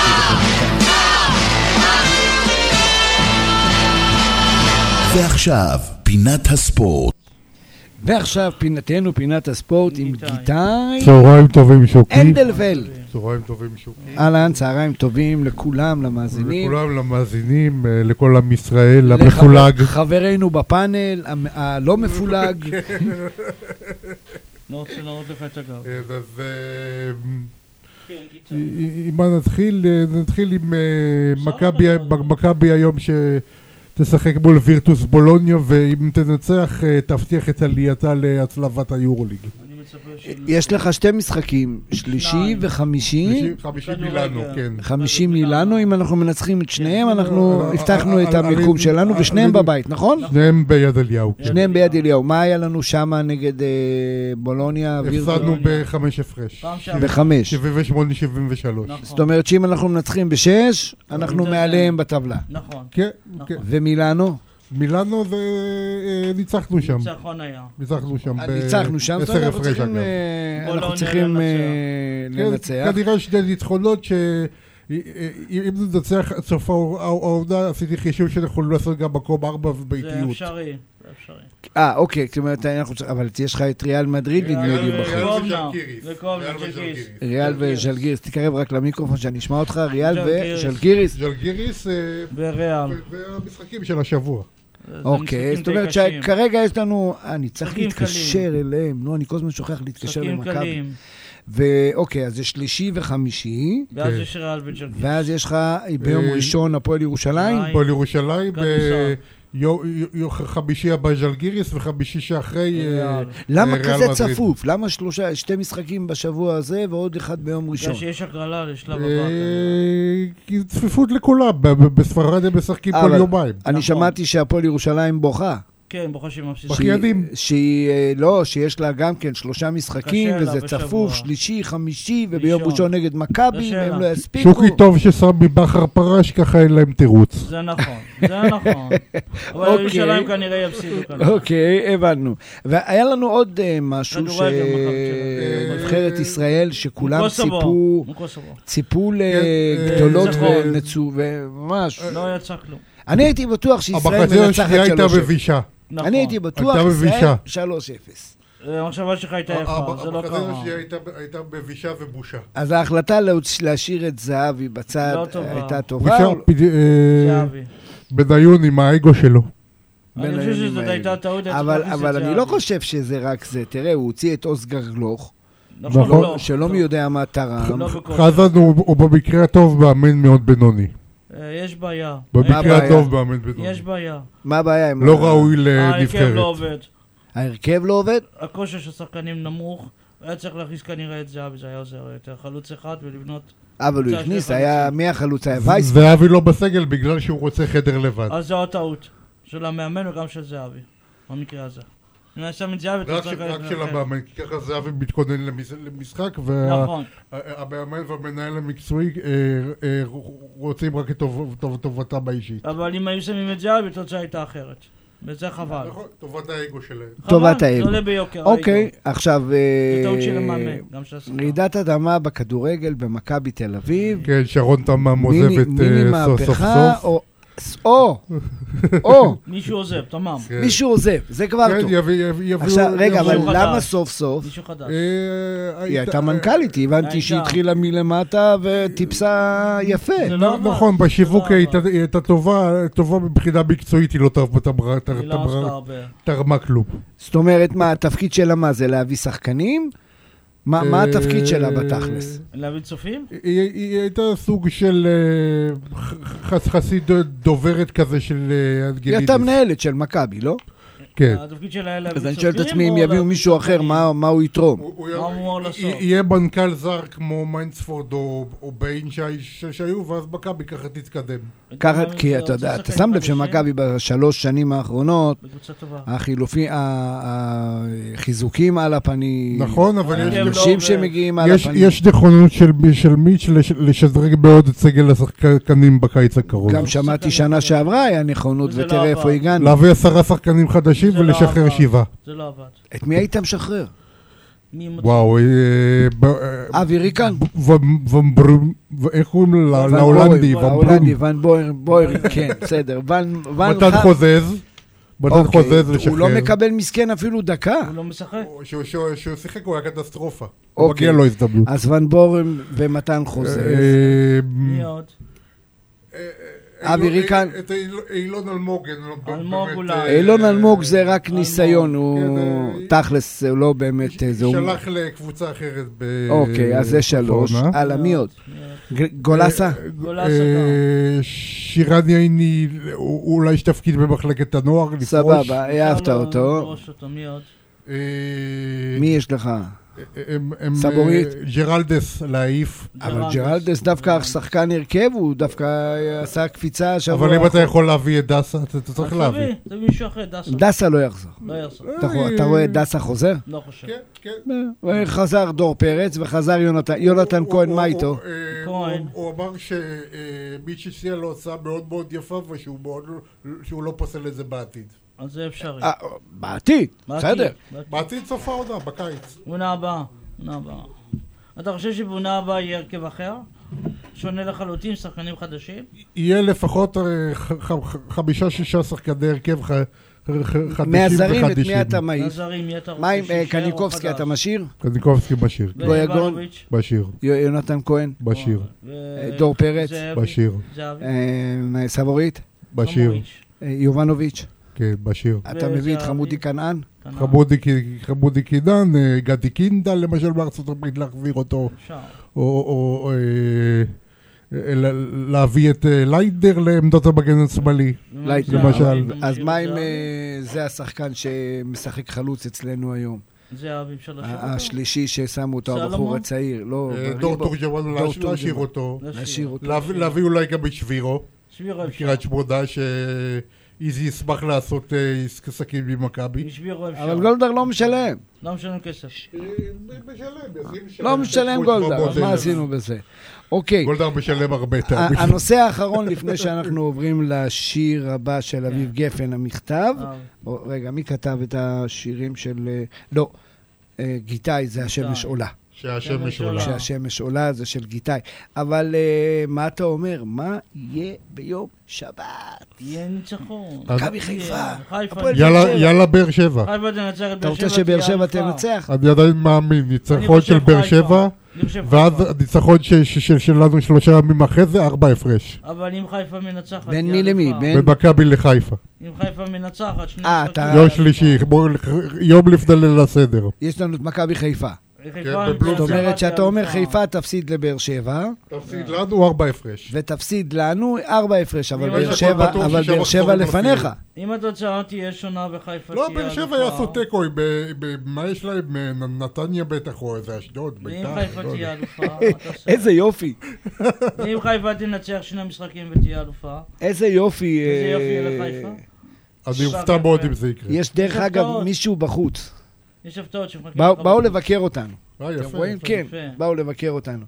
ועכשיו, פינת הספורט.
ועכשיו פינתנו, פינת הספורט עם גיטאי
צהריים טובים שוקי.
אנדלוולד.
צהריים טובים שוקי.
אהלן, צהריים טובים לכולם, למאזינים.
לכולם, למאזינים, אה, לכל עם ישראל, המפולג.
לחבר- חברינו בפאנל, המ- הלא
<laughs>
מפולג.
לא רוצה להראות לך את הגב.
אה, אז
כן, גיטה.
אה, עם מה נתחיל? אה, נתחיל עם אה, מכבי- מכבי היום שתשחק מול וירטוס בולוניו, ואם תנצח אה, תבטיח את עלייתה להצלבת היורוליג.
אני מצפה של...
יש לך שתי משחקים, שלישי
שניים.
וחמישי.
חמישי
כדורגל.
מילאנו, כן.
חמישי מילאנו, אם אנחנו מנצחים את
כן,
שניהם, אנחנו
אה,
הבטחנו
אה,
את
אה,
המיקום
אה,
שלנו,
אה,
ושניהם
אה,
בבית, נכון?
כן.
שניהם ביד אליהו. כן.
שניהם ביד אליהו. מה היה לנו שם נגד אה, בולוניה, וירטוס?
הפסדנו בחמש הפרש.
פעם שעברה.
בחמש.
78-73.
נכון.
זאת אומרת שאם אנחנו מנצחים בשש, אנחנו
זה-
מעליהם בטבלה.
נכון.
כן, כן.
ומילאנו?
מילאנו זה... אה, ניצחנו שם.
ניצחון היה.
ניצחנו שם. ב-
אה, ניצחנו שם, זאת אומרת,
עשר
אנחנו
הפרש,
צריכים,
אגב.
אה,
בולוניה
אנחנו צריכים אה,
כן,
לנצח.
כנראה שני ניצחונות ש... אה, אם ננצח עד סוף הא- העונה, עשיתי חישוב שאנחנו יכולים לעשות גם מקום ארבע
זה
ובאיטיות.
אפשרי. זה אפשרי.
אה, אוקיי, זאת אומרת, אנחנו צריכים- אבל יש לך את ריאל מדריד, נדמה לי,
ריאל
בחוץ.
וקובנה. וקובנה, ג'לגיריס.
ריאל וז'לגיריס, תתקרב רק למיקרופון שאני אשמע אותך, ריאל
ז'לגיריס.
וז'לגיריס.
ז'לגיריס אה,
וריאל.
ו- והמשחקים של השבוע.
זה
אוקיי,
משחקים
זאת
די
אומרת
קשים.
שכרגע יש לנו, אה, אני צריך
משחקים
להתקשר אליהם, נו, אני כל הזמן שוכח להתקשר
משחקים
למכבי.
קלים.
ואוקיי, אז זה שלישי וחמישי,
ואז
כן.
יש ריאל וג'לגיריס.
ואז יש לך ביום
אה,
ראשון הפועל ירושלים,
ירושלים.
הפועל ירושלים,
גם
ב-
שם.
יו- יו- יו- חמישי הבא ז'לגיריס וחמישי שאחרי... אה,
ריאל.
למה
אה, ריאל
כזה
מדריד.
צפוף? למה שלושה, שתי משחקים בשבוע הזה ועוד אחד ביום ראשון?
בגלל שיש הגרלה לשלב הבא. כנראה.
אה,
אוקיי.
כי צפיפות לכולם, ב- ב- בספרד הם משחקים
אה,
כל
אבל-
נכון.
יומיים.
אני שמעתי שהפועל ירושלים בוכה.
כן, ברוך השם, ממשיך.
שהיא- שהיא, אה, לא, שיש לה גם כן שלושה משחקים,
קשה לה
וזה
בשבוע.
צפוף, שלישי, חמישי, וביום
ראשון.
ראשון נגד מכבי,
קשה
והם
לה.
לא יספיקו.
שוקי טוב שסמי בכר פרש, ככה אין להם תירוץ.
זה נכון, זה
<laughs>
נכון. אבל
אוקיי.
ירושלים כנראה יפסידו כאן.
אוקיי, הבנו. והיה לנו עוד אה, משהו
כדורגל, מכבי תל אביב.
שנבחרת ישראל, שכולם
מקוסובו,
ציפו,
מקוסובו.
ציפו
אה,
לגדולות
נכון.
ונצו, וממש.
לא יצא כלום.
אני הייתי בטוח שישראל
המחצית השנייה
מנצחת
הייתה
3-0.
מבישה.
נכון.
אני הייתי בטוח
הייתה
ישראל
מבישה.
3-0.
המחשבה שלך
אה,
הייתה יפה, זה לא
המחצית
קרה.
השנייה אה, הייתה- הייתה מבישה ובושה.
אז ההחלטה להוצ- להשאיר את זהבי בצד
לא טובה.
הייתה טובה.
נשאר פד- אה,
זהבי.
בניון עם האגו שלו.
אני
בין
חושב
הימים
שזאת
האלה.
הייתה טעות. היה צריך
אבל,
להכניס את
אבל אני
זהבי.
לא חושב שזה רק זה. תראה, הוא הוציא את אוסגר גלוך,
נכון,
נכון.
לא.
שלא מי יודע מה תרם.
לא בכושר.
חזן הוא הוא במקרה הטוב מאמן מאוד בינוני.
אה, יש בעיה.
במקרה
הבעיה?
הטוב מאמן בינוני.
יש בעיה.
מה הבעיה עם...
לא
ה-
ראוי
ההרכב לא
לנבחרת.
עובד.
ההרכב לא עובד?
אה.
הכושר של השחקנים נמוך. היה צריך להכניס כנראה את זהבי, זה היה עוזר יותר. חלוץ אחד ולבנות.
אבל הוא
זה
הכניס,
השני
היה...
חלוצים.
מי החלוץ היה? וייס?
זהבי לא בסגל בגלל שהוא רוצה חדר לבד.
אז זו הטעות. של המאמן וגם של זהבי. במקרה הזה. אם היה שם את זהבי, אתה
רק
צריך
של-
לקחת
רק
את
של
זה.
המאמן, כי ככה זהבי מתכונן למש- למשחק,
נכון.
והמאמן והמנהל המקצועי אה, אה, רוצים רק את טוב- טוב- טובתם האישית.
אבל אם היו שמים את זהבי, התוצאה הייתה אחרת. וזה חבל.
נכון, טובת האגו שלהם.
חבל,
טובת האגו.
זה עולה ביוקר.
אוקיי,
<laughs> האגו.
עכשיו...
זה
אה,
טעות של המאמן, גם של השחקן.
רעידת אדמה בכדורגל במכבי תל אביב.
כן, שרון תמם
מיני-
עוזבת
מיני
אה, סוף סוף
מהפכה,
סוף.
או... או, או,
מישהו עוזב, תמם.
כן.
מישהו עוזב, זה כבר
כן,
טוב.
יביא- יביא- יביאו...
עכשיו, רגע, אבל
יביאו-
מישהו
למה
חדש.
סוף סוף?
מישהו חדש.
אה,
היא הייתה מנכ"לית, היא הבנתי
הייתה.
שהיא התחילה מלמטה וטיפסה
זה
יפה.
לא עבד.
נכון, בשיווק
זה לא
היא
עבד.
הייתה- היא הייתה טובה, טובה מבחינה מקצועית, היא לא תרמה- תרמה-
היא לא עשתה
תרמה-
הרבה.
תרמה כלום.
זאת אומרת, מה, התפקיד שלה מה זה להביא שחקנים? מה מה
אה,
התפקיד שלה בתכלס?
להביא צופים?
היא היא הייתה סוג של אה, ח- ח- חסיד דוברת כזה של אה,
היא
אנגלידיס.
הייתה מנהלת של מכבי, לא?
כן.
התפקיד שלה היה להביא
אז
צופים.
אני שואל את עצמי אם
או
יביאו
להביא
מישהו אחר,
שחקנים?
מה מה הוא יתרום?
הוא- הוא יהיה-
מה הוא אמר לסוף?
יהיה- יהיה מנכ"ל זר כמו מיינדספורד או או ביין שהי- ש- שהיו, ואז מכבי ככה תתקדם.
ככה,
גם
כי
אם
אתה יודע,
רוצה
אתה
שחקנים
שם
חדשים,
לב שמכבי בשלוש שנים האחרונות,
בקבוצה טובה.
החילופים, ה- ה- החיזוקים על הפנים,
נכון, אבל יש-
הם לא-
נשים
ו-
שמגיעים על
יש-
הפנים,
יש נכונות של של מיץ' לש- לשדרג מאוד את סגל השחקנים בקיץ הקרוב.
גם שמעתי שנה שעברה היה נכונות,
לא וזה לא
ותראה
עבר.
איפה הגענו.
להביא עשרה שחקנים חדשים
זה לא
ולשחרר
עבד.
שבעה.
זה לא עבד.
את מי היית משחרר?
מי מוצא?
וואו, אה, ב- אה,
אבי ריקן?
ו- ומברום, ו- איך קוראים לו?
ון
להולנדי,
בוירן,
ומברום.
ההולנדי, ון בויר, בויר, כן, בסדר. ון, ון
מתן
ח-
חוזז, מתן
אוקיי,
חוזז לשחרר.
הוא לא מקבל מסכן אפילו דקה.
הוא לא משחק?
שהוא- שהוא שהוא שיחק הוא היה קטסטרופה.
אוקיי.
הוא מגיע לו הזדמנות.
אז ון בורם ומתן חוזז.
אה,
מי עוד?
אה, אבי
אילון-
ריקן.
אה, את אילון- אילון אלמוג. אין לו
אלמוג
באמת,
אולי.
אה,
אילון
אה,
אלמוג זה רק ניסיון,
כן,
הוא
אה,
תכלס, הוא לא באמת איזה... הוא-
שלח אה, לקבוצה אחרת ב...
אוקיי, אז זה שלוש.
בעונה.
הלאה, מי עוד?
מי עוד?
ג- גולסה?
גולסה
אה, שירן יעיני, הוא- אולי יש תפקיד במחלקת הנוער, לפרוש.
סבבה, העפת
אפשר לא
אה, אותו.
לדרוש אותו, מי עוד?
אה,
מי יש לך?
הם- הם,
סבורית.
אה, ג'רלדס להעיף.
אבל ג'רלדס
אה,
דווקא שחקן הרכב, הוא דווקא עשה קפיצה השבוע.
אבל אם אתה יכול להביא את דסה, אתה אתה צריך
אז
להביא.
תביא, תביא מישהו אחר, דסה.
דסה לא יחזור.
לא יעשה.
אתה יכול- אתה רואה את דסה חוזר?
לא חושב.
כן, כן.
חזר דור פרץ וחזר יונתן, יונתן
הוא-
כהן,
הוא-
מה
הוא-
איתו?
אה,
כהן.
הוא- הוא אמר אה, שמישהו הציע לו הצעה מאוד מאוד יפה ושהוא מאוד לא- שהוא לא פוסל את זה בעתיד.
אז זה אפשרי.
אה, בעתיד,
בעתיד,
בסדר.
בעתיד.
בעתיד סוף העונה, בקיץ.
עונה הבאה, עונה הבאה. אתה חושב שבעונה הבאה יהיה הרכב אחר? שונה לחלוטין, שחקנים חדשים?
יהיה לפחות אה, ח- ח- ח- חמישה שישה שחקני הרכב ח- ח- ח- חדשים
מהזרים את
וחדישים.
מי אתה מעיף?
הזרים, מי אתה רוצה
מה עם אה,
שיישאר או
קניקובסקי
חדש?
אתה משאיר?
קניקובסקי בשיר, כן.
גויגון?
ואיבנוביץ'?
בשיר,
י- יונתן כהן? אה,
בשיר,
ו-
דור פרץ?
זאבי?
בשיר,
זהבי?
אה, סבורית?
בשיר,
חמוריץ',
אה, יובנוביץ'?
כן, בשיר.
אתה
וזהבי.
מביא את חמודי כנען?
כנען,
חמודי ק- חמודי קינן, אה, גדי קינדה למשל בארצות הברית להחזיר אותו,
אפשר.
או- או או, אה, אה, ל- להביא את אה, ליידר לעמדת המגן השמאלי.
לא,
לייטר.
זהבי,
למשל.
אם
אז
משאיר
מה
את
אם
זהבי?
אה, זה השחקן שמשחק חלוץ אצלנו היום?
זהבי, אפשר לשיר
ה-
אותו?
השלישי ששמו אותו, הבחור
סלומון?
הצעיר. לא,
אה,
בריבו-
דור תורג'מן
דור
להש- להשאיר
תורג'מן.
אותו,
לשיר.
להשאיר אותו.
להביא להביא אולי גם את שבירו.
שבירו אפשר.
בקריית שמונה, ש- איזי ישמח לעשות אה, עסק- עסקים עם מכבי.
השבירו אפשר.
אבל גולדהר לא משלם.
לא משלם כסף.
אה,
לא משלם גולדהר, אז מה עשינו בזה? אוקיי.
גולדהר משלם הרבה
ה-
תאמינו.
הנושא האחרון, לפני שאנחנו עוברים לשיר הבא של אביב גפן, המכתב.
אה.
או- רגע, מי כתב את השירים של... אה, לא, אה, גיטאי זה השמש עולה.
שהשמש עולה.
שהשמש עולה זה של גיטאי. אבל אה, מה אתה אומר? מה יהיה ביום שבת?
יהיה ניצחון.
אז-
מכבי חיפה.
יהיה, אה, חיפה.
הפועל
אה, יאללה-
באר שבע.
יאללה באר שבע.
חיפה תנצח את
אתה
באר שבע.
רוצה שבאר
תהיה
שבע
אלופה.
תנצח?
אני עדיין מאמין, ניצחון
אני חושב
של באר
חיפה.
שבע,
אני חושב
ואז
חיפה.
הניצחון ש- ש- ש- שלנו שלושה ימים אחרי זה, ארבע הפרש.
אבל אם חיפה מנצחת...
בין
היא
מי למי?
אלופה.
בין-
במכבי לחיפה. לא,
אם חיפה מנצחת... שני
אה,
משחקים.
אתה-
יום שלישי, כמו- יום לפני ליל הסדר.
יש לנו את מכבי חיפה.
חיפה
כן, בבלומפילד.
זאת אומרת
מנצחת,
שאתה אומר
אלופה.
חיפה תפסיד לבאר שבע,
תפסיד לנו ארבע הפרש.
ותפסיד לנו ארבע הפרש, אבל
אם
באר
הכל
שבע,
פתוח,
אבל
שישה
באר שבע
מחזורים
לפניך.
אפילו.
אם התוצאה תהיה שונה וחיפה
לא,
תהיה...
באר שבע
אלופה,
יעשו תיקו, עם-
אה,
ב- ב- מה יש להם? נ- נתניה בטח, או איזה אשדוד,
ואם
ביתר.
חיפה
לא
תהיה
יודע.
אלופה... מה תעשה?
<laughs> איזה יופי,
<laughs> אם חיפה תנצח שני משחקים ותהיה אלופה...
איזה יופי.
איזה יופי
אה,
יהיה לחיפה.
אני אופתע מאוד אם זה יקרה.
יש דרך
יש
אגב
הפתעות.
מישהו בחוץ.
יש הפתעות שמחכים...
באו-
לך
באו
בחוץ.
לבקר אותנו.
אה,
אתם
יפה,
רואים?
יפה.
כן,
יפה.
באו לבקר אותנו.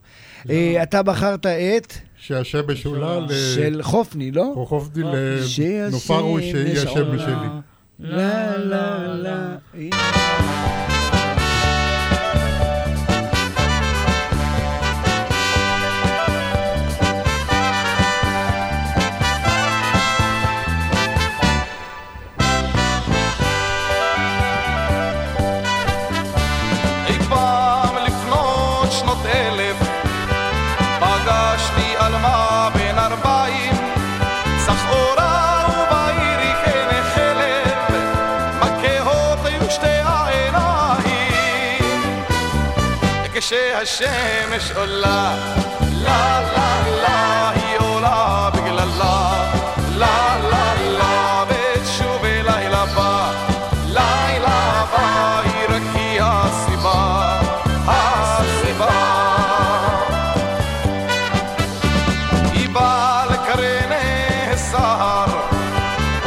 אה, אתה בחרת את
שהשמש עולה ל...
של חופני, לא?
רחובדי
שהשמש
לנופרו שהיא השם
עולה.
שלי.
לא,
לה לה לה.
אי פעם לפנות שנות אלף פגשתי עלמה בין ארבעים סחורה ובעיר היא כן החלב מכהות היו שתי העיניים כשהשמש עולה לה לה לה היא עולה בגללה לה לה לה ושוב הלילה בא לילה בא היא רק היא הסיבה הסיבה היא באה לקרני סהר,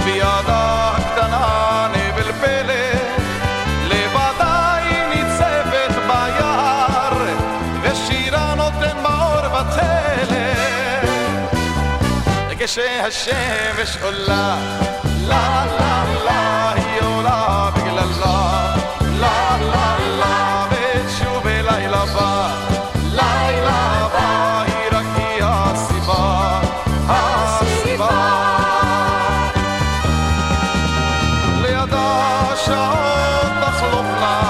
בידה הקטנה נבל פלא, לבדה היא ניצבת ביער, ושירה נותן מאור בתכלת. כשהשמש עולה, לה לה לה היא עולה בגללה, לה לה לה ושוב הלילה בא, לילה בא היא רק היא הסיבה, הסיבה. לידה שעות תחלופנה,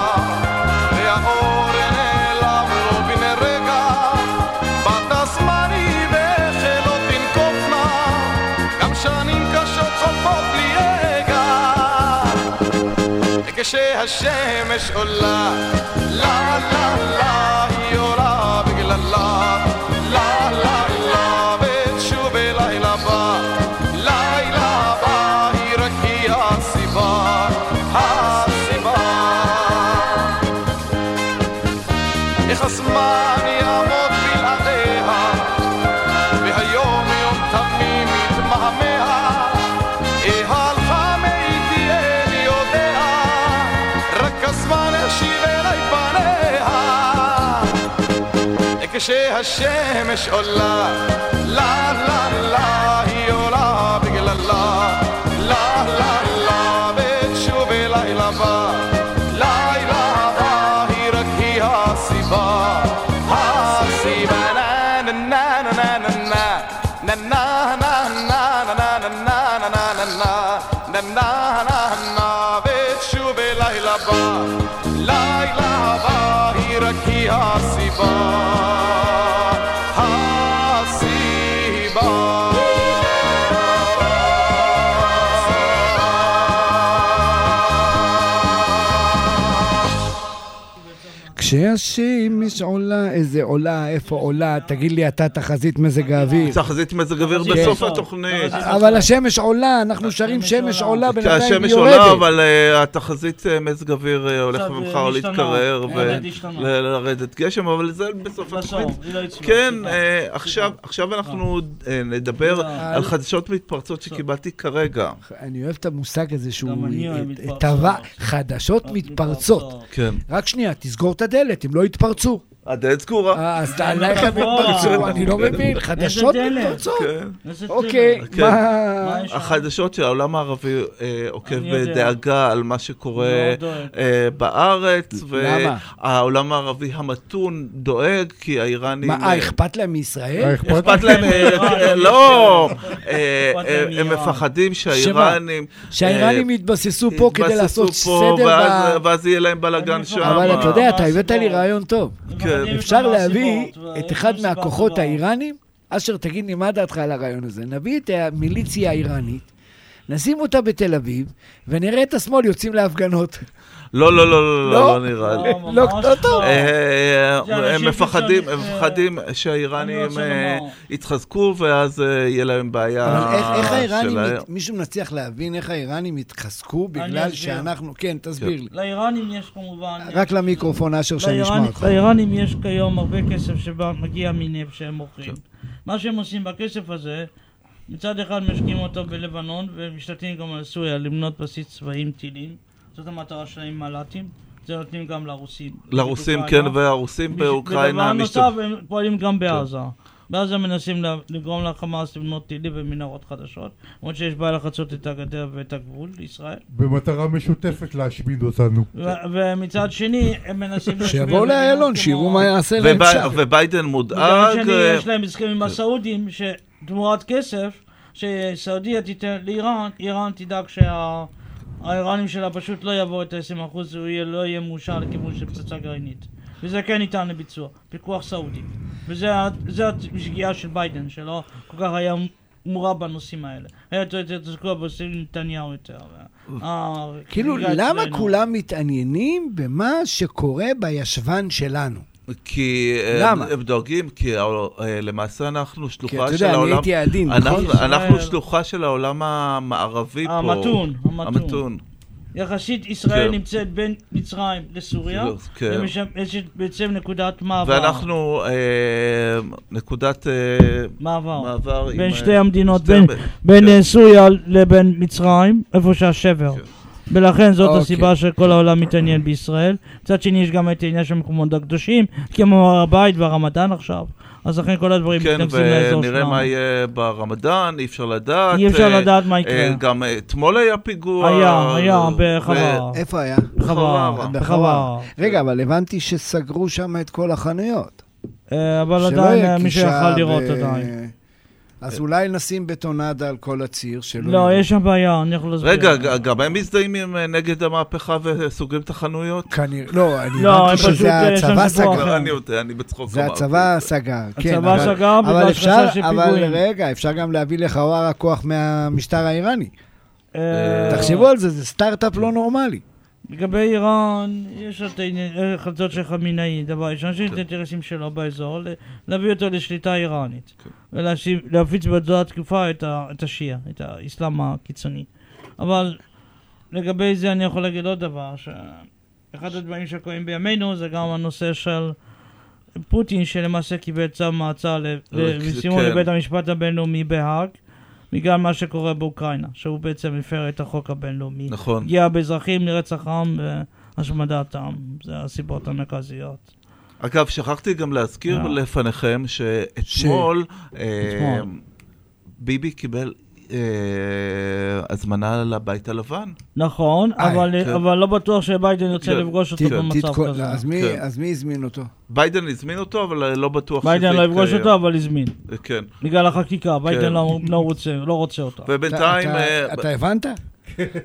והאור נעלם לו בן רגע. בת הזמן היא והחלות תנקופנה, גם שנים קשות חולפות בלי הגע. כשהשמש עולה, לה לה לה היא עולה בגללה, לה לה לה ושוב הלילה בא, לילה בא היא רק היא הסיבה, הסיבה. איך הזמן יעמוד בלעדיה, והיום יום תמים מתמהמה. איך הלכה מאיתי אין יודע, רק הזמן השיב אליי פניה. כשהשמש עולה, לה לה לה היא עולה בגללה, לה לה לה ושוב הלילה בא, לילה בא היא רק היא הסיבה, הסיבה נה נה נה נה נה נה נה נה נה נה נה נה נה נה נה נה נה נה נה נה ושוב הלילה בא, לילה בא היא רק היא הסיבה, הסיבה.
כש... שישיש עולה, איזה עולה, איפה עולה, תגיד לי אתה תחזית מזג האוויר.
תחזית מזג אוויר
כן.
בסוף התוכנית.
לא-
אבל השמש עולה, אנחנו שרים שמש עולה, בינתיים היא
השמש עולה,
יורדת.
אבל אה, התחזית אה, מזג אוויר אה, הולך
עכשיו,
ממך
אה,
או
משתנה.
להתקרר
אה, השתנה.
ולרדת גשם, אבל זה בסוף התוכנית.
היא לא הצליחה,
כן,
סליחה.
אה, עכשיו- עכשיו אנחנו אה, נדבר על חדשות מתפרצות שקיבלתי כרגע.
אני אוהב את המושג הזה שהוא
אני אוהב מתפרצות. אה,
טבע חדשות מתפרצות.
כן.
רק שנייה, תסגור את הדלת, הם לא יתפרצו.
הדלת סגורה.
אה, אז עלייך
נכון.
הם
וואו.
יתפרצו, אני לא מבין, חדשות
לא, נכון. דלת?
מתפרצות.
כן.
איזה
אוקיי,
טבע.
כן.
מה...
מה יש שם?
החדשות שהעולם הערבי אה, עוקב
אני יודע.
בדאגה על מה שקורה
מאוד דואג.
אה, בארץ,
למה?
והעולם הערבי המתון דואג כי האיראנים...
מה, אה,
אה,
אכפת להם
מה
מישראל?
אכפת
אכפת להם, אה, אה, לא, אה,
אכפת
אה,
להם
הם
מאיראן.
מפחדים שהאיראנים...
שהאיראנים
אה,
יתבססו פה כדי
יתבססו
לעשות
פה,
סדר
ואז- אה,
ב...
ואז יהיה להם בלאגן
אבל
שם. כן.
אבל אתה יודע, אתה
מה
הבאת לי
הסיבות?
רעיון טוב.
מפחדים
אפשר
מכמה
להביא
סיבות,
את
ויש
אחד
סיבה
מהכוחות
טובה.
האיראנים, אשר תגיד לי מה דעתך על הרעיון הזה, נביא את המיליציה האיראנית, נשים אותה בתל אביב, ונראה את השמאל יוצאים להפגנות.
לא, לא, לא, לא,
לא?
לא, לא נראה לי.
לא, ממש
לא, לא טוב.
אה,
זה אנשים
הם מפחדים, הם
קיצוניים, אה,
מפחדים
אני לא
שהאיראנים
רוצה
אה,
לומר.
יתחזקו ואז אה, יהיה להם בעיה
אבל איך- איך האיראנים,
שלהם.
מת- מישהו מצליח להבין איך האיראנים התחזקו בגלל
אסביר.
שאנחנו, כן, תסביר לי.
לאיראנים יש כמובן...
רק למיקרופון, אשר, שאני אשמע
לאיראנים-
אותך.
לאיראנים יש כיום הרבה כסף שמגיע מנפט שהם מוכרים. מה שהם עושים בכסף הזה, מצד אחד משקיעים אותו בלבנון ומשתלטים גם על סוריה לבנות בסיס צבאי עם טילים. זאת המטרה שלהם מל"טים. זה נותנים גם לרוסים.
לרוסים, כן,
באוקראינה.
והרוסים באוקראינה
ודבר
משת-
נוסף, הם פועלים גם בעזה. בעזה מנסים לה- לגרום לחמאס לבנות טילים ומנהרות חדשות, למרות שיש בעיה לחצות את הגדר ואת הגבול לישראל.
במטרה משותפת להשמיד אותנו.
כן.
ו- ומצד שני,
<laughs>
הם מנסים... להשמיע
שיבואו
מדינות
לאיילון,
כמו-
שיראו מה יעשה להם
ובי-
שם.
וביידן
מצד
מודאג.
שני,
כן.
אה,
אוקיי, לא. יש להם הסכם עם הסעודים, שתמורת כסף, שסעודיה תיתן לאיראן, איראן תדאג שה... האיראנים שלה פשוט לא יבואו את ה-20% הוא יהיה, לא יהיה מאושר לכיוון של פצצה גרעינית וזה כן ניתן לביצוע, פיקוח סעודי וזה ה- זה השגיאה של ביידן, שלא כל כך היה מעורב בנושאים האלה היה יותר יותר תזכור בנושאים נתניהו יותר ה-
כאילו,
החגיגה
למה
אצלנו.
כולם מתעניינים במה שקורה בישבן שלנו?
כי אה,
למה?
הם דואגים, כי אה, למעשה אנחנו
כי אתה
שלוחה של
יודע, אני
העולם.
הייתי עדין, נכון?
אנחנו- אנחנו
ישראל.
שלוחה של העולם המערבי פה.
המתון, המתון.
המתון.
יחסית ישראל
כן.
נמצאת בין מצרים לסוריה,
כן.
ומשמשת בעצם נקודת מעבר.
ואנחנו אה, נקודת אה,
מעבר.
מעבר עם,
בין
אה,
שתי המדינות,
שתי
בין-
המ-
בין
כן.
אה, סוריה לבין מצרים, איפה שהשבר. ולכן זאת
אוקיי.
הסיבה שכל העולם מתעניין בישראל. מצד שני יש גם את העניין של מקומות הקדושים, כמו הר הבית והרמדאן עכשיו. אז לכן כל הדברים
כן,
מתנגזים לאזור
ונראה
שלנו.
מה יהיה ברמדאן, אי אפשר לדעת.
אי אפשר
אה,
לדעת מה
אה,
יקרה.
גם אה, אתמול היה פיגוע.
היה, היה,
ו-
בחווארה.
איפה היה?
בחווארה.
בחווארה. רגע, אבל הבנתי שסגרו שם את כל החנויות.
אה, אבל
שלא
עדיין
יהיה
אה, מי
גישה
שיכל לראות
ו-
עדיין.
אז אולי נשים בטונדה על כל הציר שלא...
לא,
יראו.
יש שם בעיה, אני יכול להסביר.
רגע, ג- גם הם מזדהים עם, אה, נגד המהפכה וסוגרים את החנויות?
כנראה, לא, אני
לא,
הבנתי
הם פשוט,
שזה
אה, יש להם
הצבא
סיפור
סגר.
אחר.
לא, אני יודע, אני בצחוק
זה
אמרתי.
הצבא סגר, כן.
הצבא
אבל-
סגר
אבל
בגלל
אפשר,
חשש של
אבל
פיגועים.
רגע, אפשר גם להביא לחווארה כוח מהמשטר האיראני.
אה,
תחשבו על זה, זה סטארט-אפ לא נורמלי.
לגבי איראן, יש אה, את העניין- ההחלטות של חמינאי, דבר ראשון, שיש את האינטרסים שלו באזור, ל- להביא אותו לשליטה איראנית. ולהפיץ באותה התקופה את ה- את השיעה, את האסלאם הקיצוני. אבל לגבי זה אני יכול להגיד עוד דבר, שאחד הדברים שקורים בימינו זה גם הנושא של פוטין, שלמעשה קיבל צו מעצר ל- למשימו
כן.
לבית המשפט הבינלאומי בהאג. בגלל מה שקורה באוקראינה, שהוא בעצם הפר את החוק הבינלאומי.
נכון.
פגיעה באזרחים, רצח עם והשמדת עם. זה הסיבות המרכזיות.
אגב, שכחתי גם להזכיר
לא.
לפניכם שאתמול אה,
אתמול.
ביבי קיבל אה, הזמנה לבית הלבן.
נכון,
אה,
אבל,
כן.
אבל לא בטוח שביידן ירצה
כן,
לפגוש אותו
ת-
במצב
תתכו-
כזה.
לא, אז מי-
כן.
אז מי הזמין אותו?
ביידן הזמין אותו, אבל לא בטוח שזה
ביידן לא יפגוש
יתקיים.
אותו, אבל הזמין.
אה, כן.
בגלל החקיקה, ביידן
כן.
לא, לא, רוצה, לא רוצה אותו. לא
ובינתיים...
אתה-
אה,
אתה- אתה
<laughs>
הבנת?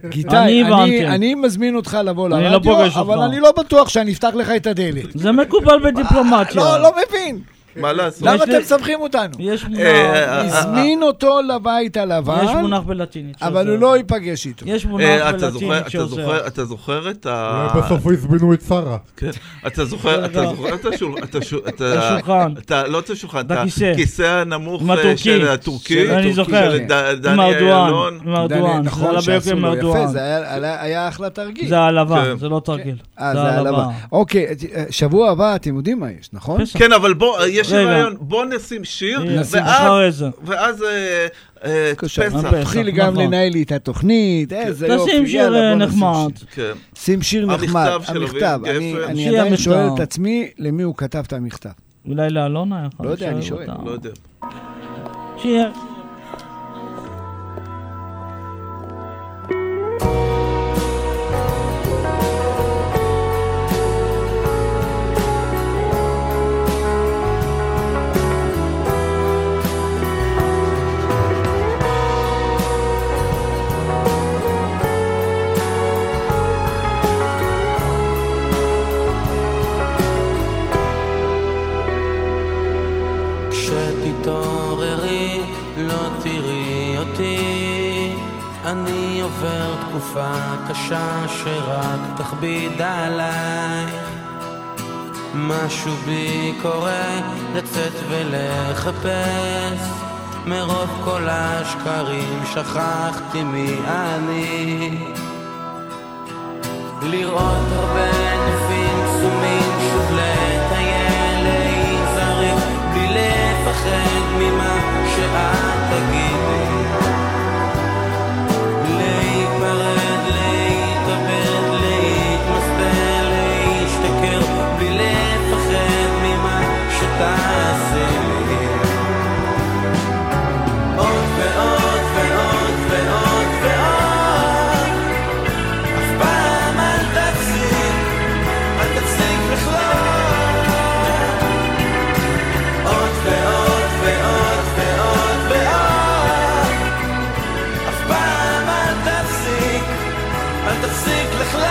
גיטאי,
אני הבנתי.
אני- אני מזמין אותך לבוא
אני לא
לרדיו,
פוגש
אבל
אותך.
אני לא בטוח שאני אפתח לך את הדלת.
זה מקובל בדיפלומטיה.
לא, לא מבין.
מה לעשות?
למה
יש לי-
אתם מסבכים אותנו?
יש מונח-
אה,
הזמין אותו לבית הלבן,
יש מונח בלטינית.
אבל
שעוזר.
הוא לא ייפגש איתו.
יש מונח
אה, אתה זוכר-
בלטינית
אתה
שעוזר.
זוכר- אתה זוכר את ה...
אולי בסוף הזמינו את שרה.
כן. אתה זוכר, אתה
לא.
זוכר את השולחן, אתה שו- אתה-
השולחן.
אתה לא את השולחן, את
בכיסא.
הכיסא הנמוך
עם
אה,
הטורקי.
של הטורקי,
של
אני
הטורקי,
זוכר.
של ד-
עם
דני
ארדואן.
אילון.
עם ארדואן. זה
נכון
עלה ביוקר
שעשו
עם
לו יפה,
ארדואן.
זה היה- עלה- היה אחלה תרגיל.
זה העלבה,
כן.
זה לא תרגיל.
אה, זה העלבה. אוקיי, ת- אה, שבוע הבא אתם יודעים מה יש, נכון?
פסח.
כן, אבל בוא, יש לי
רגע.
רעיון, בוא נשים שיר,
נשים
ואז-
אחרי זה.
ואז אה, אה,
בבקשה,
פסח.
הפסח.
תתחיל גם
נכון.
לנהל לי את התוכנית, איזה יופי.
תשים שיר
יאללה,
אה,
בוא נשים
נחמד.
שיר.
כן.
שים שיר
המכתב
נחמד.
של אביב
המכתב. אני-
גפן.
אני
שיר
עדיין
המכתב.
שואל את עצמי למי הוא כתב את המכתב.
אולי לאלונה יכול
לא יודע, אני שואל.
לא יודע.
שיר.
כשתתעוררי לא תראי אותי אני עובר תקופה קשה שרק תכביד עליי משהו בי קורא לצאת ולחפש מרוב כל השקרים שכחתי מי אני לראות הרבה נפים קסומים, שוב לטייל לאיים זרים, בלי לפחד ממה שאת תגידי. להיפרד, להתאבד, להתמספל, להשתכר, בלי לפחד ממה שתעשי לי. עוד ועוד ועוד ועוד ועוד אף פעם אל תפסיק לא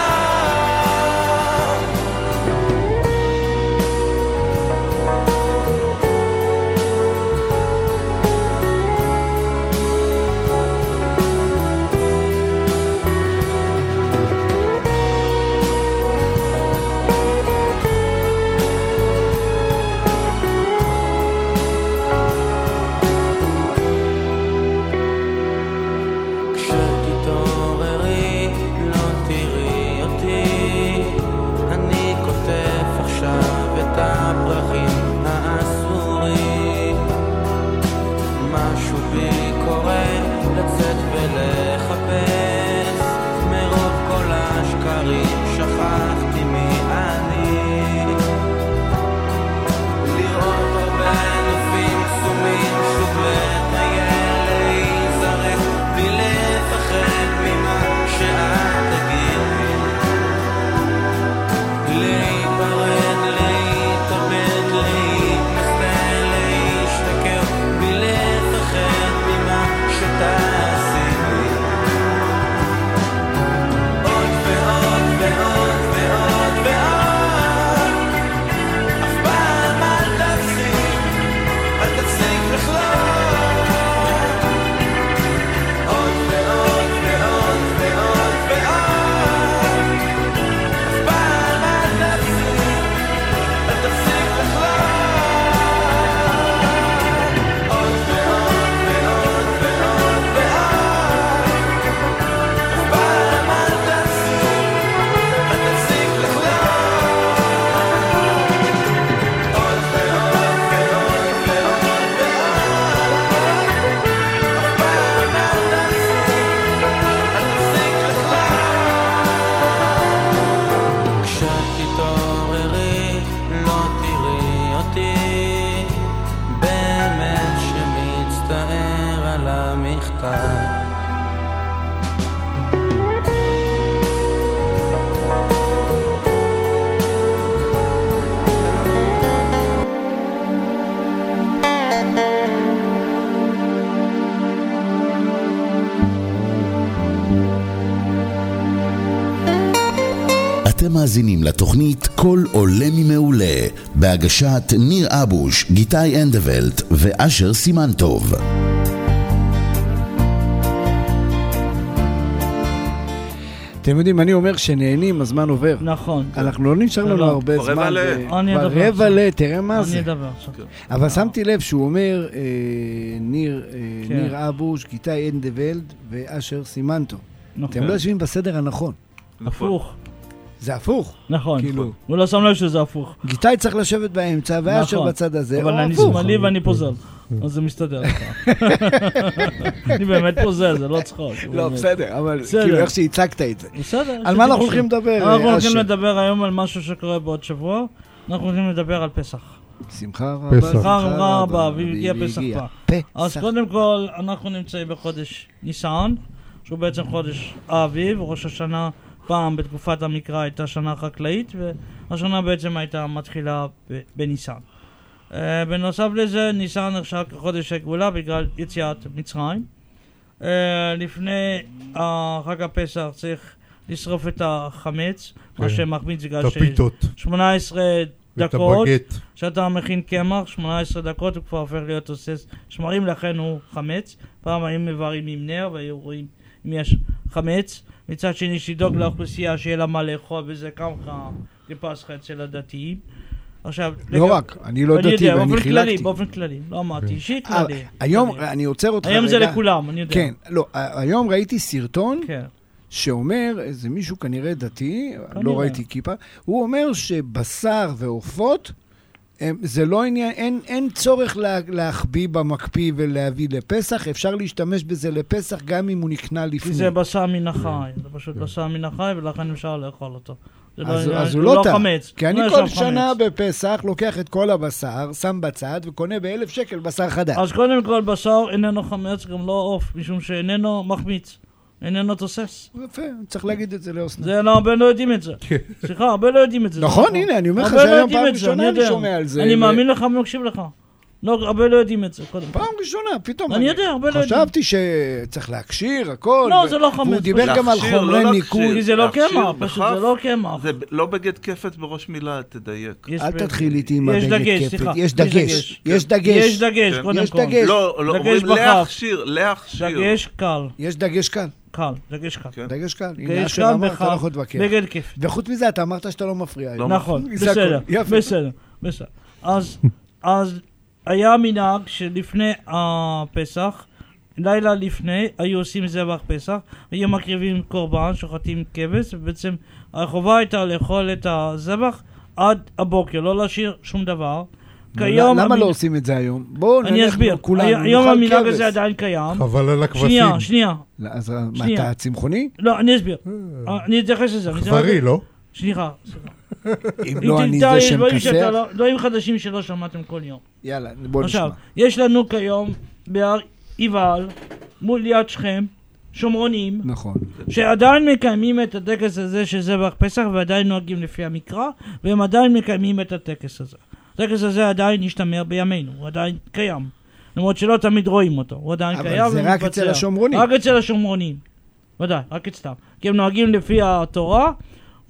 לא
אתם מאזינים לתוכנית "כל עולה ממעולה" בהגשת ניר אבוש, גיתי אנדוולט ואשר סימנטוב.
אתם יודעים, אני אומר שנהנים, הזמן עובר.
נכון.
אנחנו לא נשאר לנו
לא.
הרבה
ברבע
זמן.
ל-
ו-
אני אדבר
ברבע
עכשיו.
ל... תראה מה
אני
זה.
אדבר אה. עכשיו.
אבל שמתי לב שהוא אומר, אה, ניר אה,
כן.
ניר אבוש, גיתי אנדוולד ואשר סימנטו. אתם
נכון.
לא יושבים בסדר הנכון.
נכון.
הפוך.
זה הפוך.
נכון.
כאילו.
הוא לא שם לב שזה הפוך.
גיתי צריך לשבת באמצע, ואשר
נכון.
בצד הזה.
אבל
או
אני
הפוך.
שמאלי ואני פוזל. אז זה מסתדר לך.
<laughs>
אני באמת פוזל, זה לא צחוק.
לא,
באמת.
בסדר, אבל
בסדר.
כאילו איך שהצגת את זה.
בסדר.
על מה אנחנו
שתמשיך.
הולכים לדבר,
אנחנו
אה,
הולכים
אשר?
לדבר היום על משהו שקורה בעוד שבוע. אנחנו הולכים לדבר על פסח.
שמחה רבה,
פסח.
שמחה רבה, והגיע פסח בא. אז
פסח.
קודם כל, אנחנו נמצאים בחודש ניסן, שהוא בעצם חודש האביב, ראש השנה, פעם בתקופת המקרא הייתה שנה חקלאית, והשנה בעצם הייתה מתחילה ב- בניסן. אה, בנוסף לזה, ניסן נחשב כחודש הגאולה בגלל יציאת מצרים. אה, לפני אה, חג הפסח צריך לשרוף את החמץ, מה
כן.
שמחמיץ בגלל
את הפיתות.
18
ואת
דקות.
הבגט.
כשאתה מכין קמח, 18 דקות הוא כבר הופך להיות תוסס שמרים, לכן הוא חמץ. פעם היו מבררים עם נר והיו רואים אם יש חמץ. מצד שני, יש לדאוג לאוכלוסייה שיהיה לה מה לאכול, וזה קמחה לפסחה אצל הדתיים. עכשיו,
לא רק, אני לא
אני
דתי
יודע,
ואני
באופן כללי,
חילקתי.
באופן כללי, לא אמרתי אישי,
אה,
כללי.
היום,
כללי.
אני עוצר אותך
היום זה
רגע.
לכולם, אני יודע.
כן, לא, ה- היום ראיתי סרטון
כן.
שאומר, איזה מישהו כנראה דתי,
כנראה.
לא ראיתי כיפה, הוא אומר שבשר ועופות, הם- זה לא עניין, אין, אין צורך לה, להחביא במקפיא ולהביא לפסח, אפשר להשתמש בזה לפסח גם אם הוא נקנה
כי
לפני.
זה בשר מן החי, זה פשוט בשר מן החי, ולכן אפשר לאכול אותו. זה לא-
אז, אז
זה
הוא לא טעה.
חמץ.
כי אני
לא
כל
ישר
שנה
חמץ.
בפסח לוקח את כל הבשר, שם בצד וקונה באלף שקל בשר חדש.
אז קודם כל, בשר איננו חמץ, גם לא עוף, משום שאיננו מחמיץ, איננו תוסס.
יפה, צריך להגיד את זה לאוסנה.
זה לא, הרבה לא יודעים את זה. סליחה, הרבה לא יודעים את זה.
נכון, הנה, אני אומר לך,
הרבה
זה
לא
היום
יודעים
פעם
את זה,
ראשונה אני
יודע.
שומע על זה.
אני
ו-
מאמין לך ומקשיב לך. לא, הרבה לא יודעים את זה, קודם כל.
פעם ראשונה, פתאום.
אני יודע, הרבה לא יודעים.
חשבתי שצריך להקשיר, הכל.
לא,
ו-
זה לא חמץ,
והוא דיבר גם על
להכשיר, לא
חומרי
להכשיר.
ניקוי.
כי זה לא
להכשיר
קמח, פשוט
בכף?
זה לא קמח.
זה ב- לא בגד כפת בראש מילה, תדייק.
יש
אל
ב-
תתחיל איתי עם
יש
הבגד
דגש,
כפת.
סליחה.
יש דגש, יש
יש
דגש,
דגש,
כן.
קודם
יש
כל.
דגש.
לא, לא,
דגש
אומרים
בכף.
להכשיר, להכשיר.
דגש קל,
יש דגש קל,
קל, דגש קל.
כן.
דגש קל. הנה,
דגש
אשר
קל
אמר, אתה לא
בכף,
יכול להתווכח.
בגד כיף.
וחוץ מזה, אתה אמרת שאתה לא מפריע.
לא.
נכון,
זה הכל.
בסדר,
<laughs> יפה.
בסדר, בסדר. אז, אז היה מנהג שלפני הפסח, לילה לפני, היו עושים זבח פסח, היו מקריבים קורבן, שוחטים כבש, ובעצם החובה הייתה לאכול את הזבח עד הבוקר, לא להשאיר שום דבר. כיום...
למה
המנ-
לא עושים את זה היום? בואו נלך
אני אסביר.
כולנו,
הי- היום
נאכל
המנהג
כבש.
הזה עדיין קיים.
חבל על הכבשים.
שנייה, שנייה.
לא, אז מה,
שנייה.
אתה צמחוני?
לא, אני אסביר. אני אתייחס לזה. אני אתייחס
אכזרי,
לזה.
אה. לא?
סליחה. סליחה.
אם לא, אני
תמצא,
זה
יש דברים שאתה
שמכסח.
לא- דברים חדשים שלא שמעתם כל יום.
יאללה, בוא נשמע.
עכשיו, יש לנו כיום בהר עיבל, מול יד שכם, שומרונים,
נכון.
שעדיין מקיימים את הטקס הזה של זבח פסח, ועדיין נוהגים לפי המקרא, והם עדיין מקיימים את הטקס הזה. הטקס הזה עדיין השתמר בימינו, הוא עדיין קיים. למרות שלא תמיד רואים אותו, הוא עדיין
אבל
קיים.
זה רק
ומתבצע.
אצל השומרונים.
רק אצל השומרונים. ודאי, רק אצלם. כי הם נוהגים לפי התורה,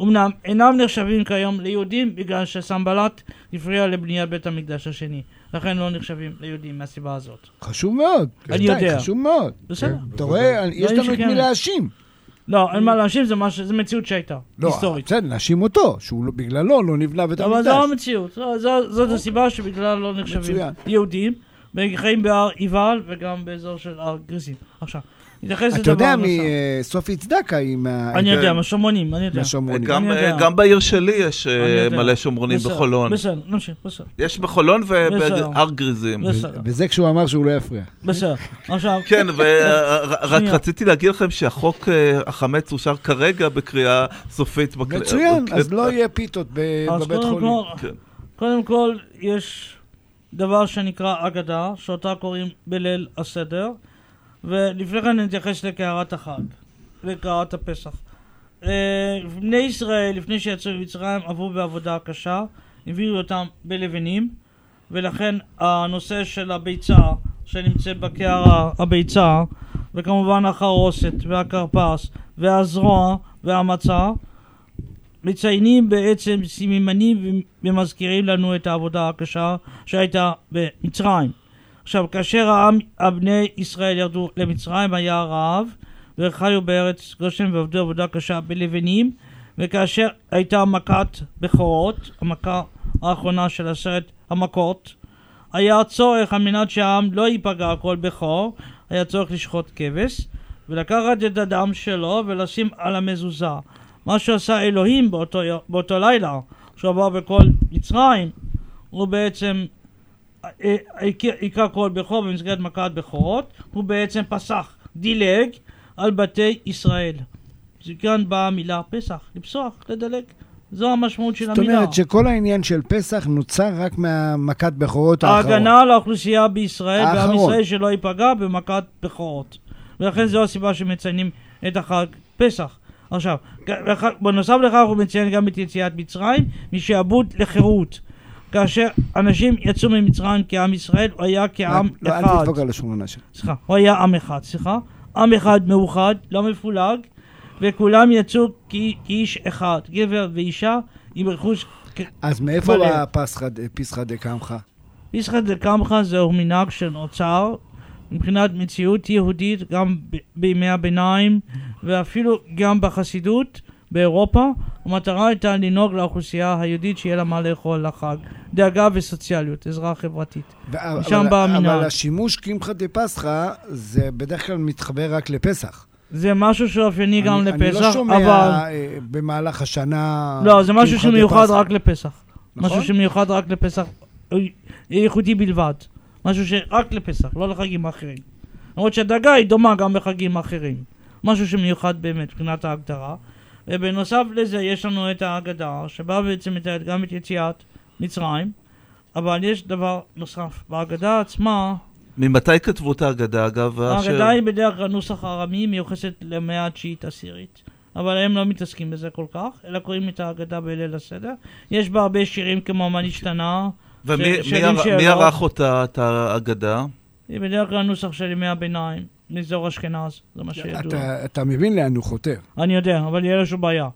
אמנם אינם נחשבים כיום ליהודים בגלל שסמבלת הפריע לבניית בית המקדש השני. לכן לא נחשבים ליהודים מהסיבה הזאת.
חשוב מאוד.
אני
איתי,
יודע.
חשוב מאוד. כן.
בסדר.
אתה רואה, יש לנו את
שכן.
מי להאשים.
כן. לא, אין מה להשיב, זה מה ש- זה מציאות שהייתה,
לא,
היסטורית.
בסדר, נאשים אותו, שהוא לא- בגללו לא נבנה בית
אבל זו
המקדש.
המציאות, זו- זו- זאת הסיבה שבגלל לא נחשבים
מצוין.
יהודים, וחיים בהר עיבל וגם באזור של הר גריסים. עכשיו, נתייחס
אתה
לדבר
יודע,
נוסף.
מסופי צדקה היא מה...
אני
היא
יודע, מהשומרונים, אני יודע.
מהשומרונים.
גם-
אני יודע.
גם בעיר שלי יש אה,
אני יודע.
מלא שומרונים
בסדר,
בחולון.
בסדר, נמשיך, בסדר,
יש בחולון
בסדר.
ובהר גריזים.
לא, בסדר,
וזה כשהוא אמר שהוא לא יפריע.
בסדר. עכשיו,
כן, ורק
שנייה.
רציתי להגיד לכם שהחוק אה, החמץ אושר כרגע בקריאה סופית. בק-
מצוין,
כן.
אז לא יהיה פיתות ב-
אז
בבית
קודם
חולים.
כל,
כן.
קודם כל, יש דבר שנקרא אגדה, שאותה קוראים בליל הסדר, ולפני כן נתייחס לקערת החג, לקערת הפסח. אה, בני ישראל, לפני שיצאו ממצרים, עברו בעבודה קשה, הביאו אותם בלבנים, ולכן הנושא של הביצה שנמצאת בקערה, הביצה, וכמובן החרוסת והכרפס והזרוע והמצה, מציינים בעצם סממנים ומזכירים לנו את העבודה הקשה שהייתה במצרים. עכשיו, כאשר העם, הבני ישראל ירדו למצרים, היה רעב, וחיו בארץ גושן ועבדו עבודה קשה בלבנים, וכאשר הייתה מכת בכורות, המכה האחרונה של עשרת המכות, היה צורך על מנת שהעם לא ייפגע כל בכור, היה צורך לשחוט כבש, ולקחת את הדם שלו ולשים על המזוזה. מה שעשה אלוהים באותו, יו- באותו לילה, שהוא עבר בכל מצרים, הוא בעצם אה, הכה- הכה כל בכור במסגרת מכת בכורות, הוא בעצם פסח, דילג, על בתי ישראל. זה כאן באה המילה פסח, לפסוח, לדלג. זו המשמעות של
זאת
המילה.
אומרת שכל העניין של פסח נוצר רק מהמכת בכורות האחרון.
ההגנה על האוכלוסייה בישראל, בעם
האחרון.
ישראל שלא ייפגע במכת בכורות. ולכן זו הסיבה שמציינים את החג פסח. עכשיו, כ- לאחר- בנוסף לכך הוא מציין גם את יציאת מצרים משעבוד לחירות. כאשר אנשים יצאו ממצרים כעם ישראל, הוא היה כעם
לא, אל
אחד.
תדפוק על השולחן שלך.
סליחה, הוא היה עם אחד, סליחה. עם אחד מאוחד, לא מפולג, וכולם יצאו כי- כאיש אחד, גבר ואישה עם רכוש
אז מאיפה
מלא.
בא הפסחא ד- פסחא דקמחא?
פסחא דקמחא זהו מנהג שנוצר מבחינת מציאות יהודית גם ב- בימי הביניים ואפילו גם בחסידות באירופה. המטרה הייתה לנהוג לאוכלוסייה היהודית שיהיה לה מה לאכול לחג. דאגה וסוציאליות, עזרה חברתית.
ו-
משם
אבל-
בא המנהג.
אבל השימוש קמחא דפסחא זה בדרך כלל מתחבר רק לפסח.
זה משהו שאופייני גם
אני-
לפסח,
אני לא שומע
אבל...
אה, במהלך השנה...
לא, זה משהו
קמחא
שמיוחד
דפסחא.
רק לפסח.
נכון?
משהו שמיוחד רק לפסח, אוי, ייחודי בלבד. משהו שרק לפסח, לא לחגים אחרים. למרות שהדאגה היא דומה גם בחגים אחרים. משהו שמיוחד באמת מבחינת ההגדרה. ובנוסף לזה יש לנו את ההגדה, שבה בעצם מתארת גם את יציאת מצרים, אבל יש דבר נוסף. בהגדה עצמה,
ממתי כתבו את ההגדה, אגב? אשר?
ההגדה היא בדרך כלל נוסח ארמי מיוחסת למאה התשיעית עשירית. אבל הם לא מתעסקים בזה כל כך, אלא קוראים את ההגדה בליל הסדר. יש בה הרבה שירים כמו מה נשתנה.
ומי
ש-
מי
שירים
ער-
שעברו.
מי ערך אותה, את ההגדה?
היא בדרך כלל נוסח של ימי הביניים, מאזור אשכנז, זה מה שידוע.
אתה- אתה מבין לאן הוא חותר.
אני יודע, אבל יהיה איזושהי בעיה.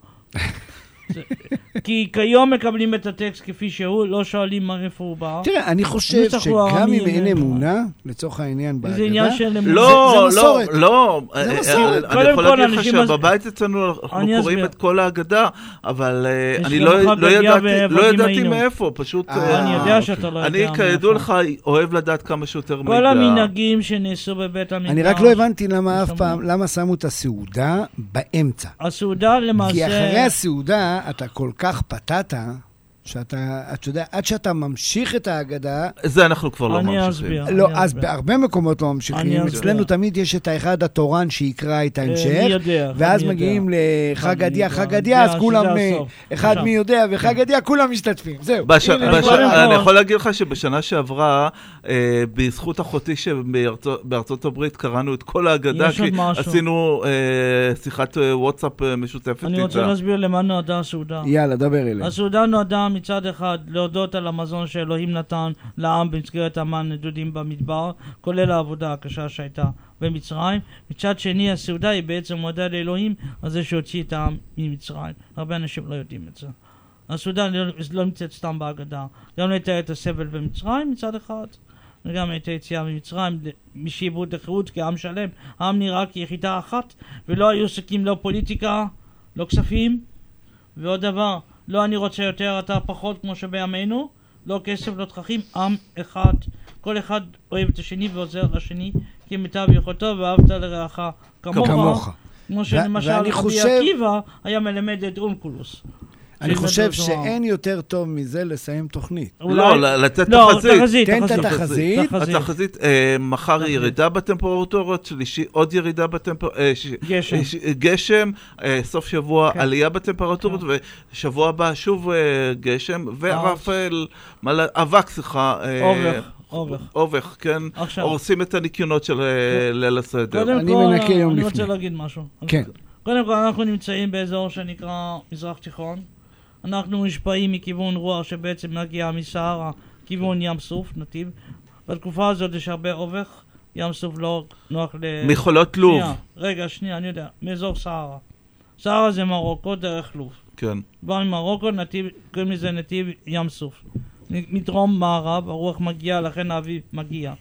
זה-
<laughs>
כי כיום מקבלים את הטקסט כפי שהוא, לא שואלים מה- איפה הוא בא.
תראה, אני חושב
הנוסח הוא
שגם
ארמי,
אם אין
אה,
אמונה, לצורך העניין בהגדה...
זה עניין של...
לא,
זה
לא,
מסורת.
לא. אה,
מסורת.
אה,
קודם
אני יכול
כל,
להגיד לך
אנשים מז-
שבבית אצלנו
אני
אנחנו
אסביר.
קוראים את כל ההגדה, אבל אה,
יש
אני
גם
לא
חג
לא
גדיא
ידעתי- לא
ועבדים
ידעתי
היינו.
מאיפה, פשוט...
אה,
אני
אה,
יודע שאתה לא יודע.
אני,
מאיפה. לא.
כידוע לך, אוהב לדעת כמה שיותר מידע.
כל המנהגים שנעשו בבית המקדש.
אני רק לא הבנתי למה אף
שמו.
פעם, למה שמו את הסעודה באמצע.
הסעודה למעשה...
כי אחרי הסעודה אתה כל כך פתעת, שאתה, אתה יודע, עד שאתה ממשיך את ההגדה,
זה אנחנו כבר לא
אני
ממשיכים.
אסביר.
לא,
אני
אז
אסביר.
בהרבה מקומות לא
אני
ממשיכים.
אסביר.
אצלנו תמיד יש את האחד התורן שיקרא את
אני
ההמשך,
יודע,
ואז
אני
מגיעים
יודע.
לחג
אני
הדיא,
יודע,
חג
אני
הדיא,
יודע
אז
שזה
כולם, אה,
הסוף.
אחד
עכשיו. כן.
מי יודע וחג הדיא, כולם משתתפים. זהו.
בש...
הנה,
בש... אה,
כבר-
קודם כל-
אני יכול להגיד לך שבשנה שעברה, אה, בזכות אחותי שבארצות בארצות הברית קראנו את כל ההגדה,
יש עוד
כי
משהו.
עשינו אה, שיחת אה, וואטסאפ אה, משותפת
אני רוצה
איתה.
להסביר למה נועדה הסעודה.
יאללה, דבר אליהם.
הסעודה נועדה מצד אחד להודות על המזון שאלוהים נתן לעם במסגרת המן נדודים במדבר, כולל העבודה הקשה שהייתה במצרים. מצד שני, הסעודה היא בעצם מודה לאלוהים על זה שהוציא את העם ממצרים. הרבה אנשים לא יודעים את זה. הסעודה לא, לא נמצאת סתם בהגדה. גם לתאר את הסבל במצרים מצד אחד, וגם את היציאה ממצרים ל- משעבוד לחירות כעם שלם. העם נראה כיחידה אחת, ולא היו עסקים לא פוליטיקה, לא כספים, ועוד דבר, לא אני רוצה יותר, אתה פחות, כמו שבימינו, לא כסף, לא תככים, עם אחד. כל אחד אוהב את השני ועוזר לשני כמיטב יכולתו, ואהבת לרעך כמוך.
כמוך.
כמו שלמשל
ואני
רבי
חושב-
עקיבא היה מלמד את אונקולוס.
אני חושב
שזה דבר.
שאין יותר טוב מזה לסיים תוכנית.
אולי-
לא, ל- לתת
לא,
תחזית.
תחזית,
תן את
תחזית.
התחזית.
תחזית.
התחזית, אה, מחר ירידה בטמפרטורות, שלישי עוד ירידה אה, בטמפרטורות,
גשם.
אה, גשם, אה, סוף שבוע
כן.
עלייה בטמפרטורות, ושבוע הבא שוב אה, גשם, וערפל, מלא- אבק, סליחה. אה,
אובך, אובך.
אובך, כן.
עכשיו. כן.
הורסים את הניקיונות של אה, ליל הסדר.
קודם
אני
כל,
מנקה יום
אני
לפני.
רוצה להגיד משהו.
כן.
קודם כל, אנחנו נמצאים באזור שנקרא מזרח תיכון. אנחנו מושפעים מכיוון רוח שבעצם מגיע מסהרה, כיוון ים סוף, נתיב. בתקופה הזאת יש הרבה אובך, ים סוף לא נוח ל...
מחולות לוב.
שנייה, רגע, שנייה, אני יודע, מאזור סהרה. סהרה זה מרוקו דרך לוב.
כן.
בא ממרוקו, נתיב, קוראים לזה נתיב ים סוף. נ- מדרום מערב, הרוח מגיעה, לכן האביב מגיע.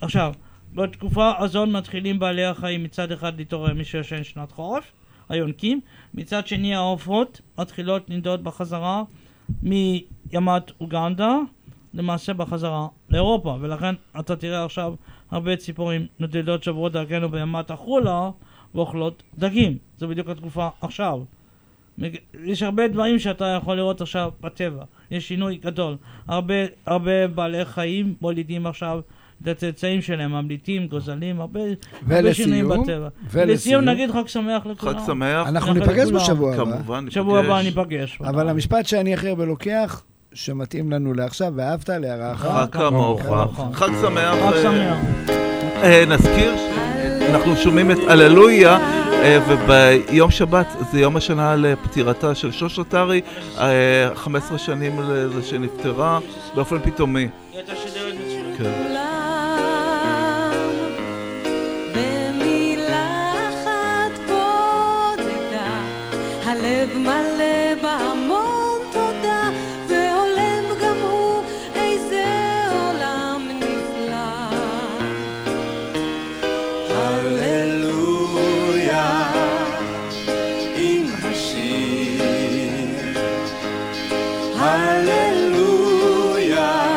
עכשיו, בתקופה הזאת מתחילים בעלי החיים מצד אחד להתעורר מי שישן שנת חורף, היונקים, מצד שני העופות מתחילות לנדוד בחזרה מימת אוגנדה, למעשה בחזרה לאירופה, ולכן אתה תראה עכשיו הרבה ציפורים נודדות שעוברות דרכנו בימת החולה ואוכלות דגים, זה בדיוק התקופה עכשיו. מג- יש הרבה דברים שאתה יכול לראות עכשיו בטבע, יש שינוי גדול. הרבה, הרבה בעלי חיים מולידים עכשיו את הצאצאים שלהם, ממליטים, גוזלים, הרבה, הרבה שינויים
ולסיום?
בטבע.
ולסיום?
ולסיום נגיד חג שמח לכולם.
חג שמח.
אנחנו
נאחל
ניפגש
לכולם.
בשבוע הבא.
כמובן, ניפגש.
שבוע הבא ניפגש.
אבל המשפט שאני הכי הרבה לוקח, שמתאים לנו לעכשיו, ואהבת להרעך.
חג כמוך.
כמוך.
חג שמח.
חג
אה,
שמח.
אה, נזכיר שאנחנו שומעים את הללויה, אה, וביום שבת זה יום השנה לפטירתה של שוש עטרי, אה, 15 שנים לזה שנפטרה באופן פתאומי. כן.
כולם במילה אחת כה תדע הלב מלא בהמון תודה ועולם גם הוא איזה עולם נפלא
הללויה עם השיר הללויה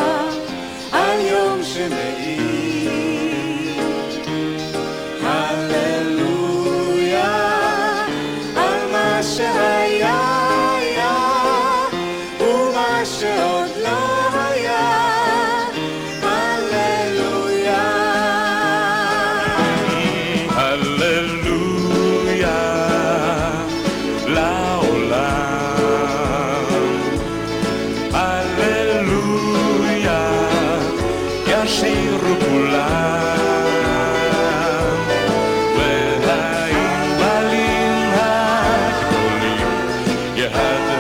על יום שמאיר הללויה על מה שהיה היה ומה שעוד לא היה הללויה הללויה לעולם. הללויה ישירו כולם. והאם בלין הגדולים יהדהדו